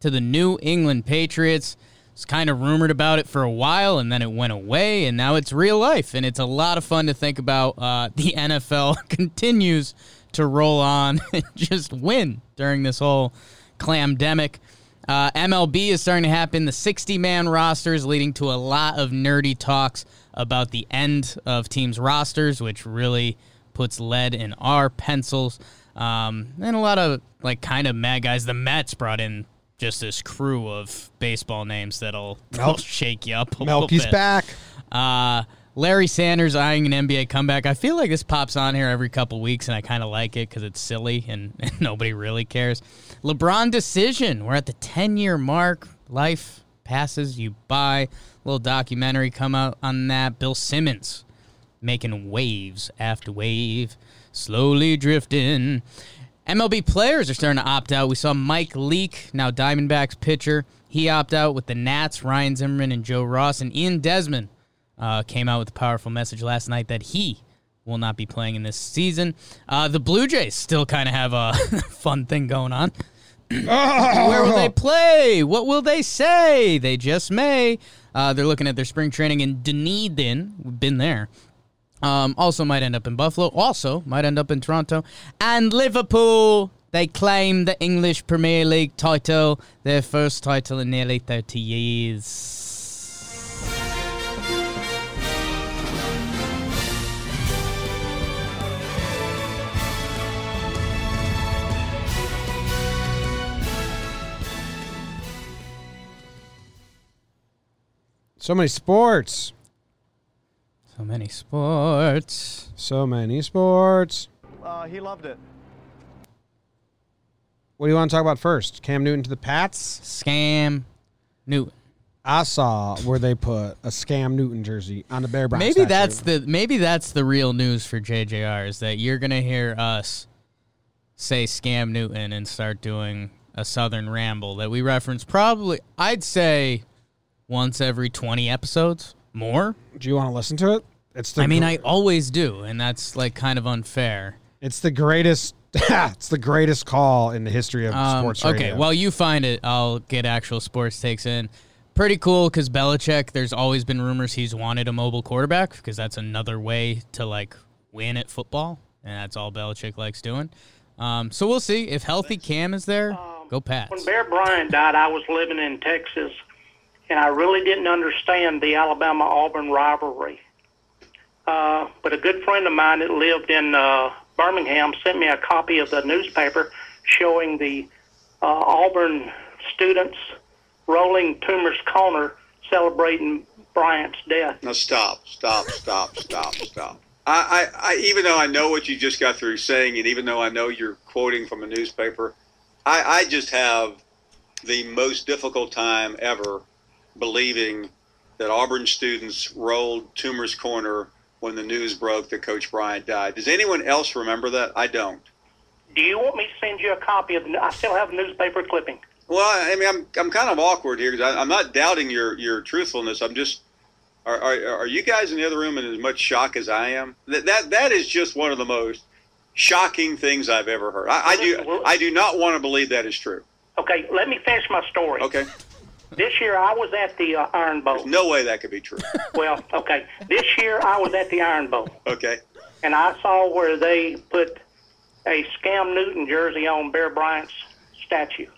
[SPEAKER 2] to the New England Patriots. was kind of rumored about it for a while, and then it went away, and now it's real life, and it's a lot of fun to think about. Uh, (laughs) the NFL continues to roll on (laughs) and just win during this whole clamdemic. Uh, MLB is starting to happen. The 60 man rosters leading to a lot of nerdy talks about the end of teams' rosters, which really puts lead in our pencils. Um, and a lot of like kind of mad guys. The Mets brought in just this crew of baseball names that'll, that'll (laughs) shake you up a little
[SPEAKER 1] Melky's
[SPEAKER 2] bit.
[SPEAKER 1] back.
[SPEAKER 2] Uh, Larry Sanders eyeing an NBA comeback. I feel like this pops on here every couple weeks, and I kind of like it because it's silly and, (laughs) and nobody really cares. LeBron decision. We're at the 10 year mark. Life passes you by. Little documentary come out on that. Bill Simmons making waves after wave, slowly drifting. MLB players are starting to opt out. We saw Mike Leake, now Diamondbacks pitcher. He opt out with the Nats, Ryan Zimmerman and Joe Ross, and Ian Desmond uh, came out with a powerful message last night that he will not be playing in this season. Uh, the Blue Jays still kind of have a (laughs) fun thing going on. Where will they play? What will they say? They just may. Uh, they're looking at their spring training in Dunedin. We've been there. Um, also might end up in Buffalo. Also might end up in Toronto and Liverpool. They claim the English Premier League title, their first title in nearly 30 years.
[SPEAKER 1] So many sports.
[SPEAKER 2] So many sports.
[SPEAKER 1] So many sports.
[SPEAKER 4] Uh, he loved it.
[SPEAKER 1] What do you want to talk about first? Cam Newton to the Pats.
[SPEAKER 2] Scam Newton.
[SPEAKER 1] I saw where they put a Scam Newton jersey on the Bear Bryant
[SPEAKER 2] Maybe
[SPEAKER 1] statue.
[SPEAKER 2] that's the maybe that's the real news for JJR is that you're gonna hear us say scam Newton and start doing a Southern ramble that we reference probably I'd say once every twenty episodes more.
[SPEAKER 1] Do you want to listen to it? It's the
[SPEAKER 2] I mean, I always do, and that's like kind of unfair.
[SPEAKER 1] It's the greatest. (laughs) it's the greatest call in the history of
[SPEAKER 2] Um,
[SPEAKER 1] sports
[SPEAKER 2] okay,
[SPEAKER 1] radio.
[SPEAKER 2] while you find it, I'll get actual sports takes in. Pretty cool because Belichick. There's always been rumors he's wanted a mobile quarterback because that's another way to like win at football, and that's all Belichick likes doing. Um, so we'll see if healthy Cam is there. Go
[SPEAKER 5] When
[SPEAKER 2] Pats.
[SPEAKER 5] Bear Bryant died, I was living in Texas, and I really didn't understand the Alabama Auburn rivalry. Uh, but a good friend of mine that lived in uh, Birmingham sent me a copy of the newspaper showing the uh, Auburn students rolling Toomer's Corner celebrating Bryant's death.
[SPEAKER 6] Now stop, stop, stop, stop, stop. I, I, I, even though I know what you just got through saying, and even though I know you're quoting from a newspaper, I, I just have the most difficult time ever believing that Auburn students rolled Toomer's Corner when the news broke that Coach Bryant died. Does anyone else remember that? I don't.
[SPEAKER 5] Do you want me to send you a copy of? The, I still have a newspaper clipping.
[SPEAKER 6] Well, I mean, I'm, I'm kind of awkward here because I'm not doubting your, your truthfulness. I'm just, are, are, are you guys in the other room in as much shock as I am? That, that, that is just one of the most shocking things I've ever heard. I, I do, I do not want to believe that is true.
[SPEAKER 5] Okay, let me finish my story.
[SPEAKER 6] Okay.
[SPEAKER 5] This year I was at the uh, Iron Bowl.
[SPEAKER 6] No way that could be true.
[SPEAKER 5] Well, okay. This year I was at the Iron Bowl,
[SPEAKER 6] Okay.
[SPEAKER 5] and I saw where they put a Scam Newton jersey on Bear Bryant's statue.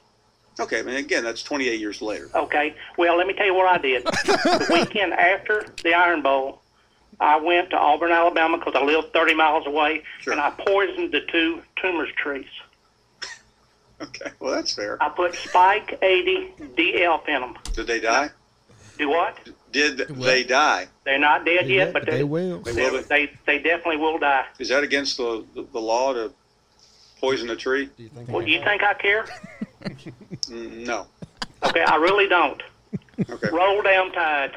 [SPEAKER 6] Okay. I mean, again, that's 28 years later.
[SPEAKER 5] Okay. Well, let me tell you what I did. the weekend after the Iron Bowl, I went to Auburn, Alabama, because I lived 30 miles away,
[SPEAKER 6] Sure.
[SPEAKER 5] and I poisoned the two tumors trees.
[SPEAKER 6] Okay. Well, that's fair.
[SPEAKER 5] I put Spike 80 DF in them.
[SPEAKER 6] Did they die?
[SPEAKER 5] Do what?
[SPEAKER 6] Did they die?
[SPEAKER 5] They're not dead yet, but they,
[SPEAKER 1] they will.
[SPEAKER 6] They
[SPEAKER 5] They,
[SPEAKER 6] will be.
[SPEAKER 5] they, they definitely will die.
[SPEAKER 6] Is that against the, the, the law to poison a tree?
[SPEAKER 5] Well, do you think I care?
[SPEAKER 6] No.
[SPEAKER 5] Okay, I really don't.
[SPEAKER 6] Okay.
[SPEAKER 5] Roll down tide.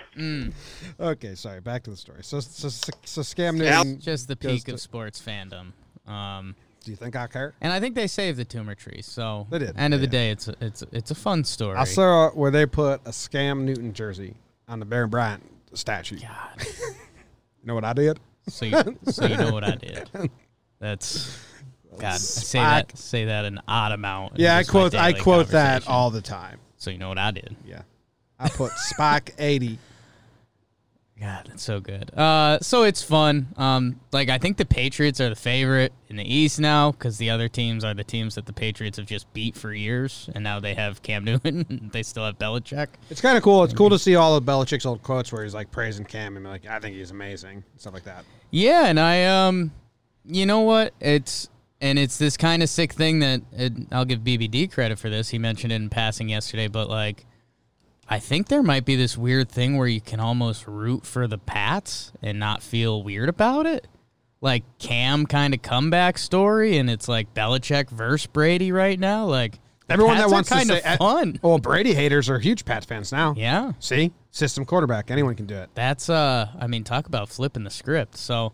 [SPEAKER 1] Okay, sorry. Back to the story. So, so, so, so Scam
[SPEAKER 6] Now-
[SPEAKER 1] Newton.
[SPEAKER 2] Just the
[SPEAKER 1] goes
[SPEAKER 2] peak
[SPEAKER 1] to-
[SPEAKER 2] of sports fandom. Um,
[SPEAKER 1] Do you think I care?
[SPEAKER 2] and I think they saved the tumor tree. So
[SPEAKER 1] They did.
[SPEAKER 2] end of
[SPEAKER 1] They
[SPEAKER 2] the
[SPEAKER 1] did.
[SPEAKER 2] day, it's a, it's a- it's a fun story.
[SPEAKER 1] I saw where they put a Scam Newton jersey on the Bear Bryant statue. God. you know what I did?
[SPEAKER 2] So you, so you know what I did. That's God. I say
[SPEAKER 1] Spike.
[SPEAKER 2] that say that an odd amount. in
[SPEAKER 1] Yeah, I
[SPEAKER 2] just my
[SPEAKER 1] quote I
[SPEAKER 2] daily
[SPEAKER 1] quote that
[SPEAKER 2] conversation.
[SPEAKER 1] all the time.
[SPEAKER 2] So you know what I did.
[SPEAKER 1] Yeah. I put Spike (laughs) 80.
[SPEAKER 2] God, that's so good. Uh, so it's fun. Um, like I think the Patriots are the favorite in the East now because the other teams are the teams that the Patriots have just beat for years, and now they have Cam Newton. (laughs) and they still have Belichick.
[SPEAKER 1] It's kind of cool. It's cool to see all of Belichick's old quotes where he's like praising Cam and like, I think he's amazing, stuff like that.
[SPEAKER 2] Yeah, and I um, you know what? It's and it's this kind of sick thing that it, I'll give BBD credit for this. He mentioned it in passing yesterday, but like, I think there might be this weird thing where you can almost root for the Pats and not feel weird about it. Like Cam kind of comeback story, and it's like Belichick versus Brady right now. Like the
[SPEAKER 1] Everyone
[SPEAKER 2] Pats
[SPEAKER 1] that
[SPEAKER 2] are
[SPEAKER 1] wants
[SPEAKER 2] kind
[SPEAKER 1] to
[SPEAKER 2] of
[SPEAKER 1] say, eh,
[SPEAKER 2] fun.
[SPEAKER 1] Well, Brady haters are huge Pat fans now.
[SPEAKER 2] Yeah,
[SPEAKER 1] See, system quarterback, anyone can do it.
[SPEAKER 2] that's uh, I mean, talk about flipping the script. So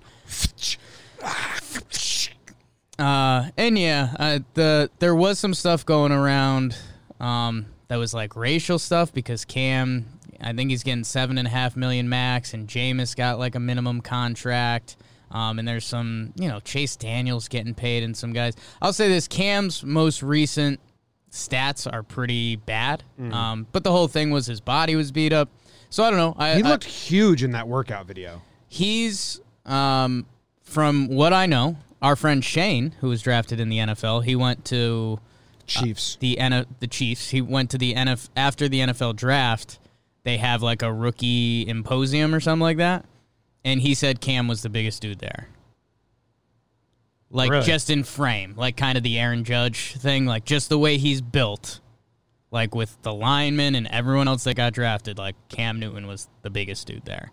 [SPEAKER 2] Uh, and yeah, uh, the there was some stuff going around um, that was like racial stuff because Cam, I think he's getting seven and a half million max, and Jameis got like a minimum contract. Um, and there's some, you know, Chase Daniels getting paid and some guys. I'll say this: Cam's most recent stats are pretty bad. Um, but the whole thing was his body was beat up. So I don't know. I,
[SPEAKER 1] He
[SPEAKER 2] I-
[SPEAKER 1] looked huge in that workout video.
[SPEAKER 2] He's, um, from what I know, our friend Shane, who was drafted in the NFL, he went to
[SPEAKER 1] Chiefs.
[SPEAKER 2] the N- the Chiefs. He went to the NF after the NFL draft. They have like a rookie symposium or something like that, and he said Cam was the biggest dude there. Like
[SPEAKER 1] Really?
[SPEAKER 2] just in frame, like kind of the Aaron Judge thing, like just the way he's built, like with the linemen and everyone else that got drafted. Like Cam Newton was the biggest dude there.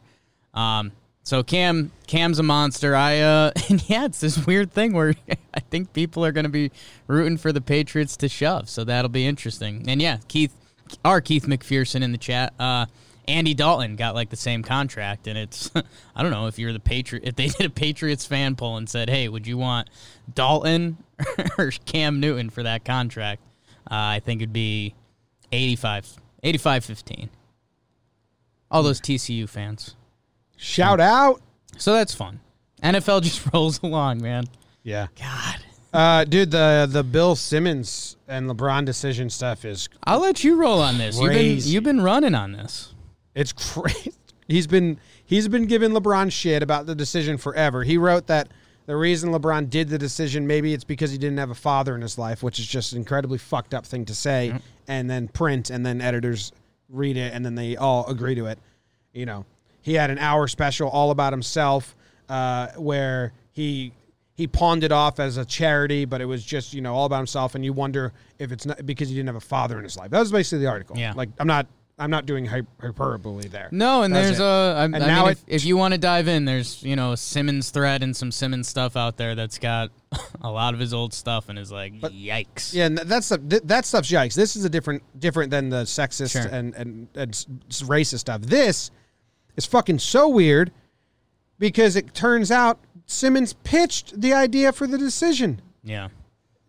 [SPEAKER 2] Um, so Cam Cam's a monster. I uh, (laughs) and yeah, it's this weird thing where (laughs) I think people are going to be rooting for the Patriots to shove. So that'll be interesting. And yeah, Keith, our Keith McPherson in the chat. Uh, Andy Dalton got like the same contract, and it's (laughs) I don't know if you're the Patriot. If they (laughs) did a Patriots fan poll and said, "Hey, would you want Dalton (laughs) or Cam Newton for that contract?" Uh, I think it'd be 85, 85-15. All those TCU fans.
[SPEAKER 1] Shout out.
[SPEAKER 2] So that's fun. NFL just (laughs) rolls along, man.
[SPEAKER 1] Yeah.
[SPEAKER 2] God.
[SPEAKER 1] Uh, dude, the the Bill Simmons and LeBron decision stuff is
[SPEAKER 2] I'll let you roll on this. You've
[SPEAKER 1] Crazy.
[SPEAKER 2] been you've been running on this.
[SPEAKER 1] it's crazy. (laughs) He's been he's been giving LeBron shit about the decision forever. He wrote that the reason LeBron did the decision maybe it's because he didn't have a father in his life, which is just an incredibly fucked up thing to say, and then print, and then editors read it, and then they all agree to it. You know, he had an hour special all about himself, uh, where he he pawned it off as a charity, but it was just you know all about himself, and you wonder if it's not because he didn't have a father in his life. That was basically the article.
[SPEAKER 2] Yeah.
[SPEAKER 1] like I'm not I'm not doing hy- hyperbole there.
[SPEAKER 2] No, and
[SPEAKER 1] That's
[SPEAKER 2] there's
[SPEAKER 1] it.
[SPEAKER 2] a. I,
[SPEAKER 1] And
[SPEAKER 2] I
[SPEAKER 1] now
[SPEAKER 2] mean,
[SPEAKER 1] it-
[SPEAKER 2] if, if you want to dive in, there's you know a Simmons thread and some Simmons stuff out there that's got (laughs) a lot of his old stuff and is like yikes.
[SPEAKER 1] Yeah, and th- that's the- th- that stuff's yikes. This is a different different than the sexist
[SPEAKER 2] Sure.
[SPEAKER 1] and, and and s- s- racist stuff. This is fucking so weird because it turns out Simmons pitched the idea for the decision.
[SPEAKER 2] Yeah.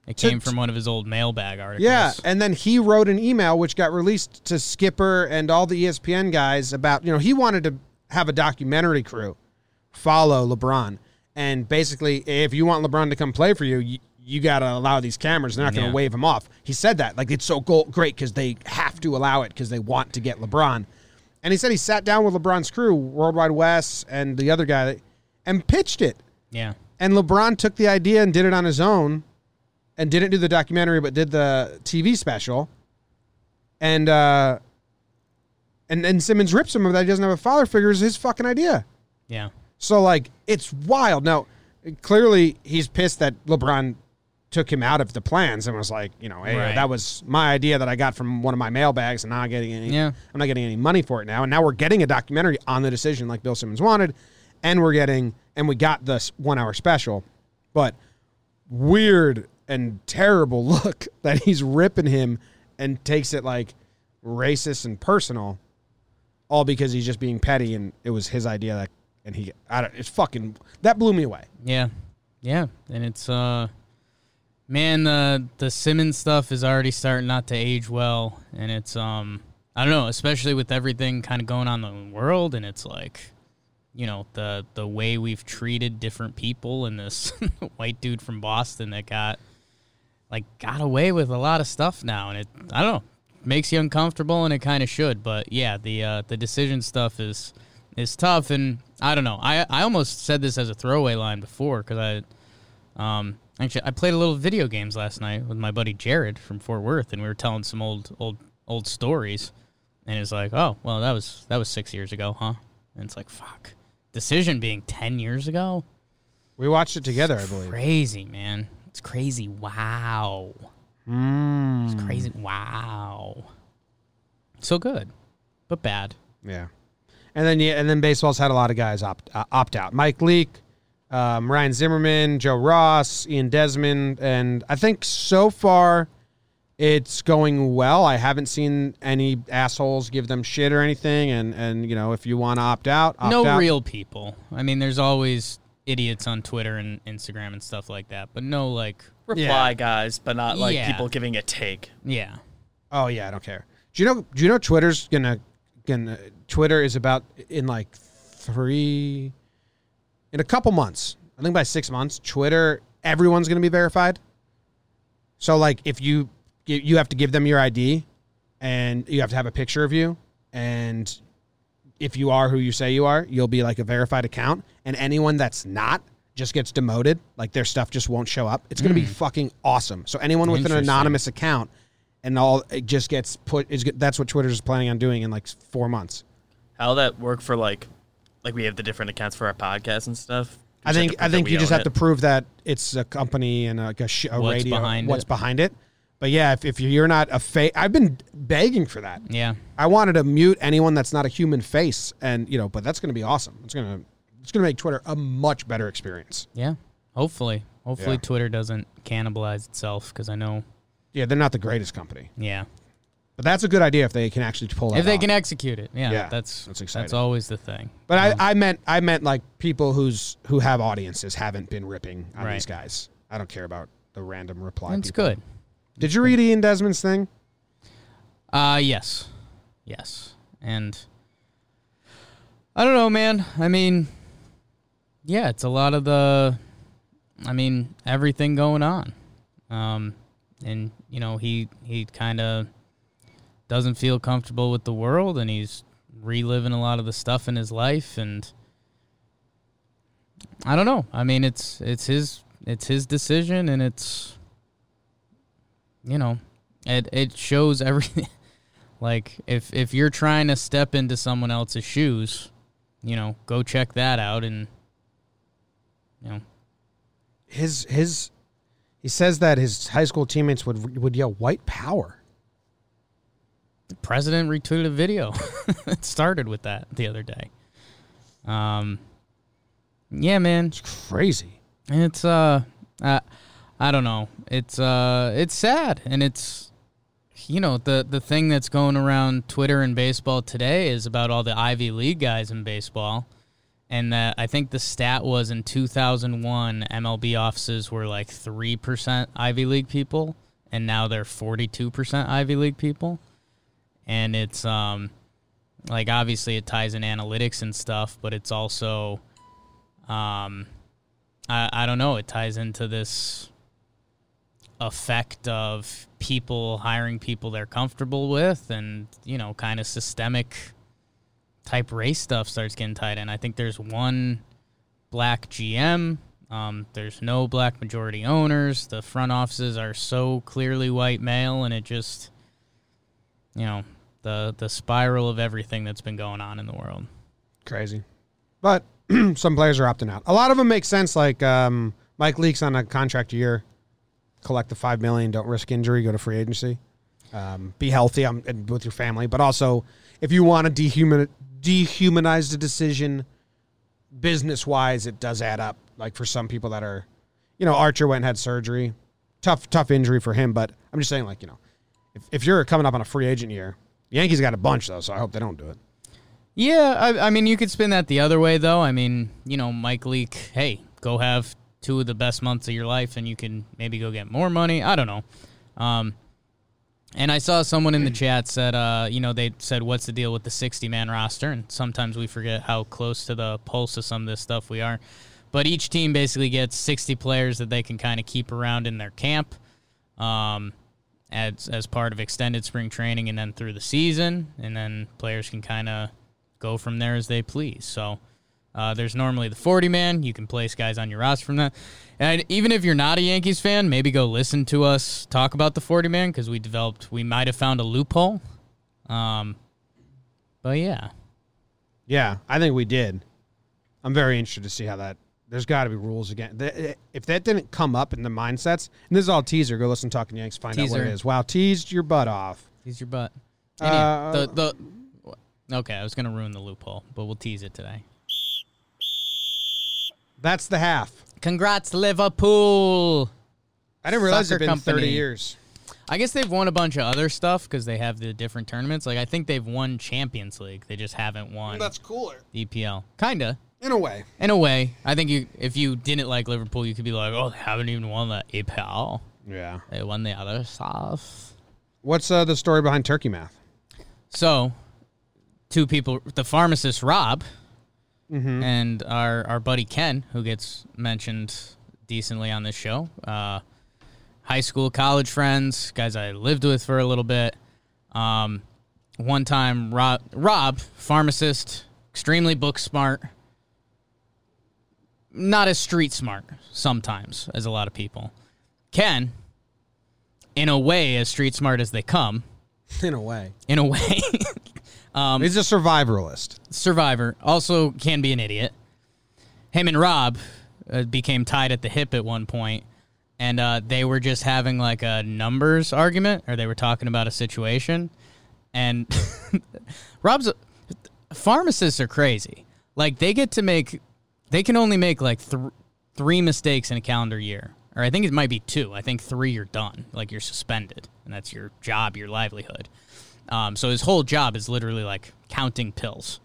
[SPEAKER 2] It
[SPEAKER 1] To-
[SPEAKER 2] came from one of his old mailbag articles.
[SPEAKER 1] Yeah, and then he wrote an email which got released to Skipper and all the E ESPN guys about you know he wanted to have a documentary crew follow LeBron and basically if you want LeBron to come play for you. You, you got to allow these cameras. They're not going to
[SPEAKER 2] Yeah.
[SPEAKER 1] wave him off. He said that. Like, it's so go- great because they have to allow it because they want to get LeBron. And he said he sat down with LeBron's crew, Worldwide West, and the other guy, and pitched it.
[SPEAKER 2] Yeah.
[SPEAKER 1] And LeBron took the idea and did it on his own and didn't do the documentary but did the TV special. And uh and then Simmons rips him of that he doesn't have a father figure is his fucking idea.
[SPEAKER 2] Yeah.
[SPEAKER 1] So like it's wild. Now clearly he's pissed that LeBron took him out of the plans and was like, you know, hey,
[SPEAKER 2] Right.
[SPEAKER 1] that was my idea that I got from one of my mailbags and now I'm getting any
[SPEAKER 2] Yeah.
[SPEAKER 1] I'm not getting any money for it now. And now we're getting a documentary on the decision like Bill Simmons wanted, and we're getting and we got this one hour special. But weird and terrible (laughs) look that he's ripping him and takes it like racist and personal, all because he's just being petty and it was his idea that and he I don't it's fucking that blew me away.
[SPEAKER 2] Yeah. Yeah. And it's uh man, the the Simmons stuff is already starting not to age well and it's um I don't know, especially with everything kind of going on in the world and it's like you know, the the way we've treated different people and this (laughs) white dude from Boston that got like got away with a lot of stuff now and it I don't know. makes you uncomfortable, and it kind of should. But yeah, the uh, the decision stuff is is tough, and I don't know. I I almost said this as a throwaway line before because I um actually I played a little video games last night with my buddy Jared from Fort Worth, and we were telling some old old old stories, and it's like, oh well, that was that was six years ago, huh? And it's like, fuck, decision being ten years ago,
[SPEAKER 1] We watched it together, I believe.
[SPEAKER 2] crazy man. It's crazy. Wow.
[SPEAKER 1] Mm.
[SPEAKER 2] It's crazy. Wow. So good, but bad.
[SPEAKER 1] Yeah, and then yeah, and then baseball's had a lot of guys opt uh, opt out. Mike Leake, um, Ryan Zimmerman, Joe Ross, Ian Desmond, and I think so far it's going well. I haven't seen any assholes give them shit or anything. And and you know if you want to opt out, opt
[SPEAKER 2] no
[SPEAKER 1] out.
[SPEAKER 2] real people. I mean, there's always idiots on Twitter and Instagram and stuff like that, but no, like,
[SPEAKER 3] Reply, guys, but not like
[SPEAKER 2] Yeah.
[SPEAKER 3] people giving a take.
[SPEAKER 2] yeah.
[SPEAKER 1] Oh yeah, I don't care. Do you know? Do you know Twitter's gonna gonna Twitter is about in like three in a couple months. I think by six months, Twitter everyone's gonna be verified. So like, if you you- you have to give them your ID, and you have to have a picture of you, and if you are who you say you are, you'll be like a verified account, and anyone that's not just gets demoted. Like their stuff just won't show up. It's gonna be fucking awesome. So anyone with an
[SPEAKER 2] Hmm. Interesting.
[SPEAKER 1] anonymous account and all it just gets put is that's what Twitter's planning on doing in like four months.
[SPEAKER 3] How that work for like, like we have the different accounts for our podcast and stuff.
[SPEAKER 1] I
[SPEAKER 3] Just have
[SPEAKER 1] think
[SPEAKER 3] to prove
[SPEAKER 1] I
[SPEAKER 3] that
[SPEAKER 1] think
[SPEAKER 3] we
[SPEAKER 1] you just
[SPEAKER 3] own
[SPEAKER 1] have to
[SPEAKER 3] it.
[SPEAKER 1] prove that it's a company and like a, sh- a
[SPEAKER 2] What's
[SPEAKER 1] radio
[SPEAKER 2] behind
[SPEAKER 1] what's
[SPEAKER 2] it.
[SPEAKER 1] behind it. But yeah, if, if you're not a fake, I've been begging for that.
[SPEAKER 2] Yeah.
[SPEAKER 1] I wanted to mute anyone that's not a human face, and you know, but that's going to be awesome. It's gonna it's gonna make Twitter a much better experience.
[SPEAKER 2] Yeah. Hopefully. Hopefully
[SPEAKER 1] Yeah.
[SPEAKER 2] Twitter doesn't cannibalize itself because I know.
[SPEAKER 1] Yeah, they're not the greatest company,
[SPEAKER 2] Yeah.
[SPEAKER 1] but that's a good idea if they can actually pull that.
[SPEAKER 2] If they
[SPEAKER 1] off.
[SPEAKER 2] can execute it. Yeah.
[SPEAKER 1] Yeah,
[SPEAKER 2] That's
[SPEAKER 1] that's
[SPEAKER 2] that's,
[SPEAKER 1] exciting.
[SPEAKER 2] always the thing.
[SPEAKER 1] But I, I meant I meant like people who's who have audiences haven't been ripping on
[SPEAKER 2] Right.
[SPEAKER 1] these guys. I don't care about the random reply.
[SPEAKER 2] That's
[SPEAKER 1] people.
[SPEAKER 2] good.
[SPEAKER 1] Did you read Ian Desmond's thing?
[SPEAKER 2] Uh yes. Yes. And I don't know, man. I mean yeah, it's a lot of the I mean, everything going on. Um and you know, he he kind of doesn't feel comfortable with the world and he's reliving a lot of the stuff in his life and I don't know. I mean, it's it's his it's his decision and it's you know, it it shows everything. like if if you're trying to step into someone else's shoes, you know, go check that out and you know,
[SPEAKER 1] His his he says that his high school teammates would would yell white power.
[SPEAKER 2] the president retweeted a video. (laughs) it started with that the other day. Um yeah, man.
[SPEAKER 1] It's crazy.
[SPEAKER 2] It's uh, uh I don't know. It's uh it's sad and it's you know, the the thing that's going around Twitter and baseball today is about all the Ivy League guys in baseball. And that I think the stat was in 2001 MLB offices were like 3% Ivy League people and now they're 42% Ivy League people. And it's um like obviously it ties in analytics and stuff, but it's also um I, I don't know. It ties into this effect of people hiring people they're comfortable with and, you know, kind of systemic type race stuff starts getting tied in. I think there's one black GM. Um, there's no black majority owners. The front offices are so clearly white male, and it just, you know, the the spiral of everything that's been going on in the world.
[SPEAKER 1] Crazy. But (clears throat) some players are opting out. A lot of them make sense. Like um, Mike Leake's on a contract year, collect the five million, don't risk injury, go to free agency, um, be healthy um, and with your family. But also, if you want to dehuman dehumanize the decision, business wise, it does add up. Like for some people that are, you know, Archer went and had surgery, tough tough injury for him. But I'm just saying, like you know, if if you're coming up on a free agent year, Yankees got a bunch though, so I hope they don't do it.
[SPEAKER 2] Yeah, I, I mean, you could spin that the other way, though. I mean, you know, Mike Leake, hey, go have two of the best months of your life, and you can maybe go get more money. I don't know. Um, and I saw someone in the chat said, uh, you know, they said, what's the deal with the 60 man roster? And sometimes we forget how close to the pulse of some of this stuff we are. But each team basically gets 60 players that they can kind of keep around in their camp. Um, as as part of extended spring training and then through the season, and then players can kind of go from there as they please. So uh, there's normally the 40 man. You can place guys on your roster from that. And even if you're not a Yankees fan, maybe go listen to us talk about the 40 man because we developed, we might have found a loophole. Um, but yeah,
[SPEAKER 1] Yeah, I think we did. I'm very interested to see how that. There's got to be rules again. Th- eh, If that didn't come up in the mindsets, and this is all teaser. Go listen to Talking Yanks. Find out what
[SPEAKER 2] Teaser.
[SPEAKER 1] it is. Wow, teased your butt off.
[SPEAKER 2] tease your butt. Anyhow,
[SPEAKER 1] Uh,
[SPEAKER 2] the, the, okay, I was going to ruin the loophole, but we'll tease it today.
[SPEAKER 1] That's the half.
[SPEAKER 2] Congrats, Liverpool.
[SPEAKER 1] I didn't realize
[SPEAKER 2] Soccer
[SPEAKER 1] it'd been 30
[SPEAKER 2] company.
[SPEAKER 1] years.
[SPEAKER 2] I guess they've won a bunch of other stuff because they have the different tournaments. Like, I think they've won Champions League, they just haven't won
[SPEAKER 1] That's cooler.
[SPEAKER 2] EPL. Kinda.
[SPEAKER 1] In a way.
[SPEAKER 2] In a way, I think you if you didn't like Liverpool, you could be like, oh, they haven't even won the EPL.
[SPEAKER 1] Yeah.
[SPEAKER 2] They won the other stuff.
[SPEAKER 1] What's uh, the story behind turkey math?
[SPEAKER 2] So, two people, the pharmacist Rob and our, our buddy Ken, who gets mentioned decently on this show, uh, high school, college friends, guys I lived with for a little bit. Um, one time, Rob, Rob, pharmacist, extremely book smart, not as street smart sometimes as a lot of people. Ken, in a way, as street smart as they come,
[SPEAKER 1] In a way.
[SPEAKER 2] in a way. (laughs)
[SPEAKER 1] Um, He's a survivalist.
[SPEAKER 2] Survivor also can be an idiot. Him and Rob uh, became tied at the hip at one point, and uh, they were just having like a numbers argument, or they were talking about a situation. And (laughs) Rob's pharmacists are crazy. Like they get to make, they can only make like th- three mistakes in a calendar year, or I think it might be two. I think three you're done, like you're suspended, and that's your job, your livelihood. Um, so his whole job is literally like counting pills.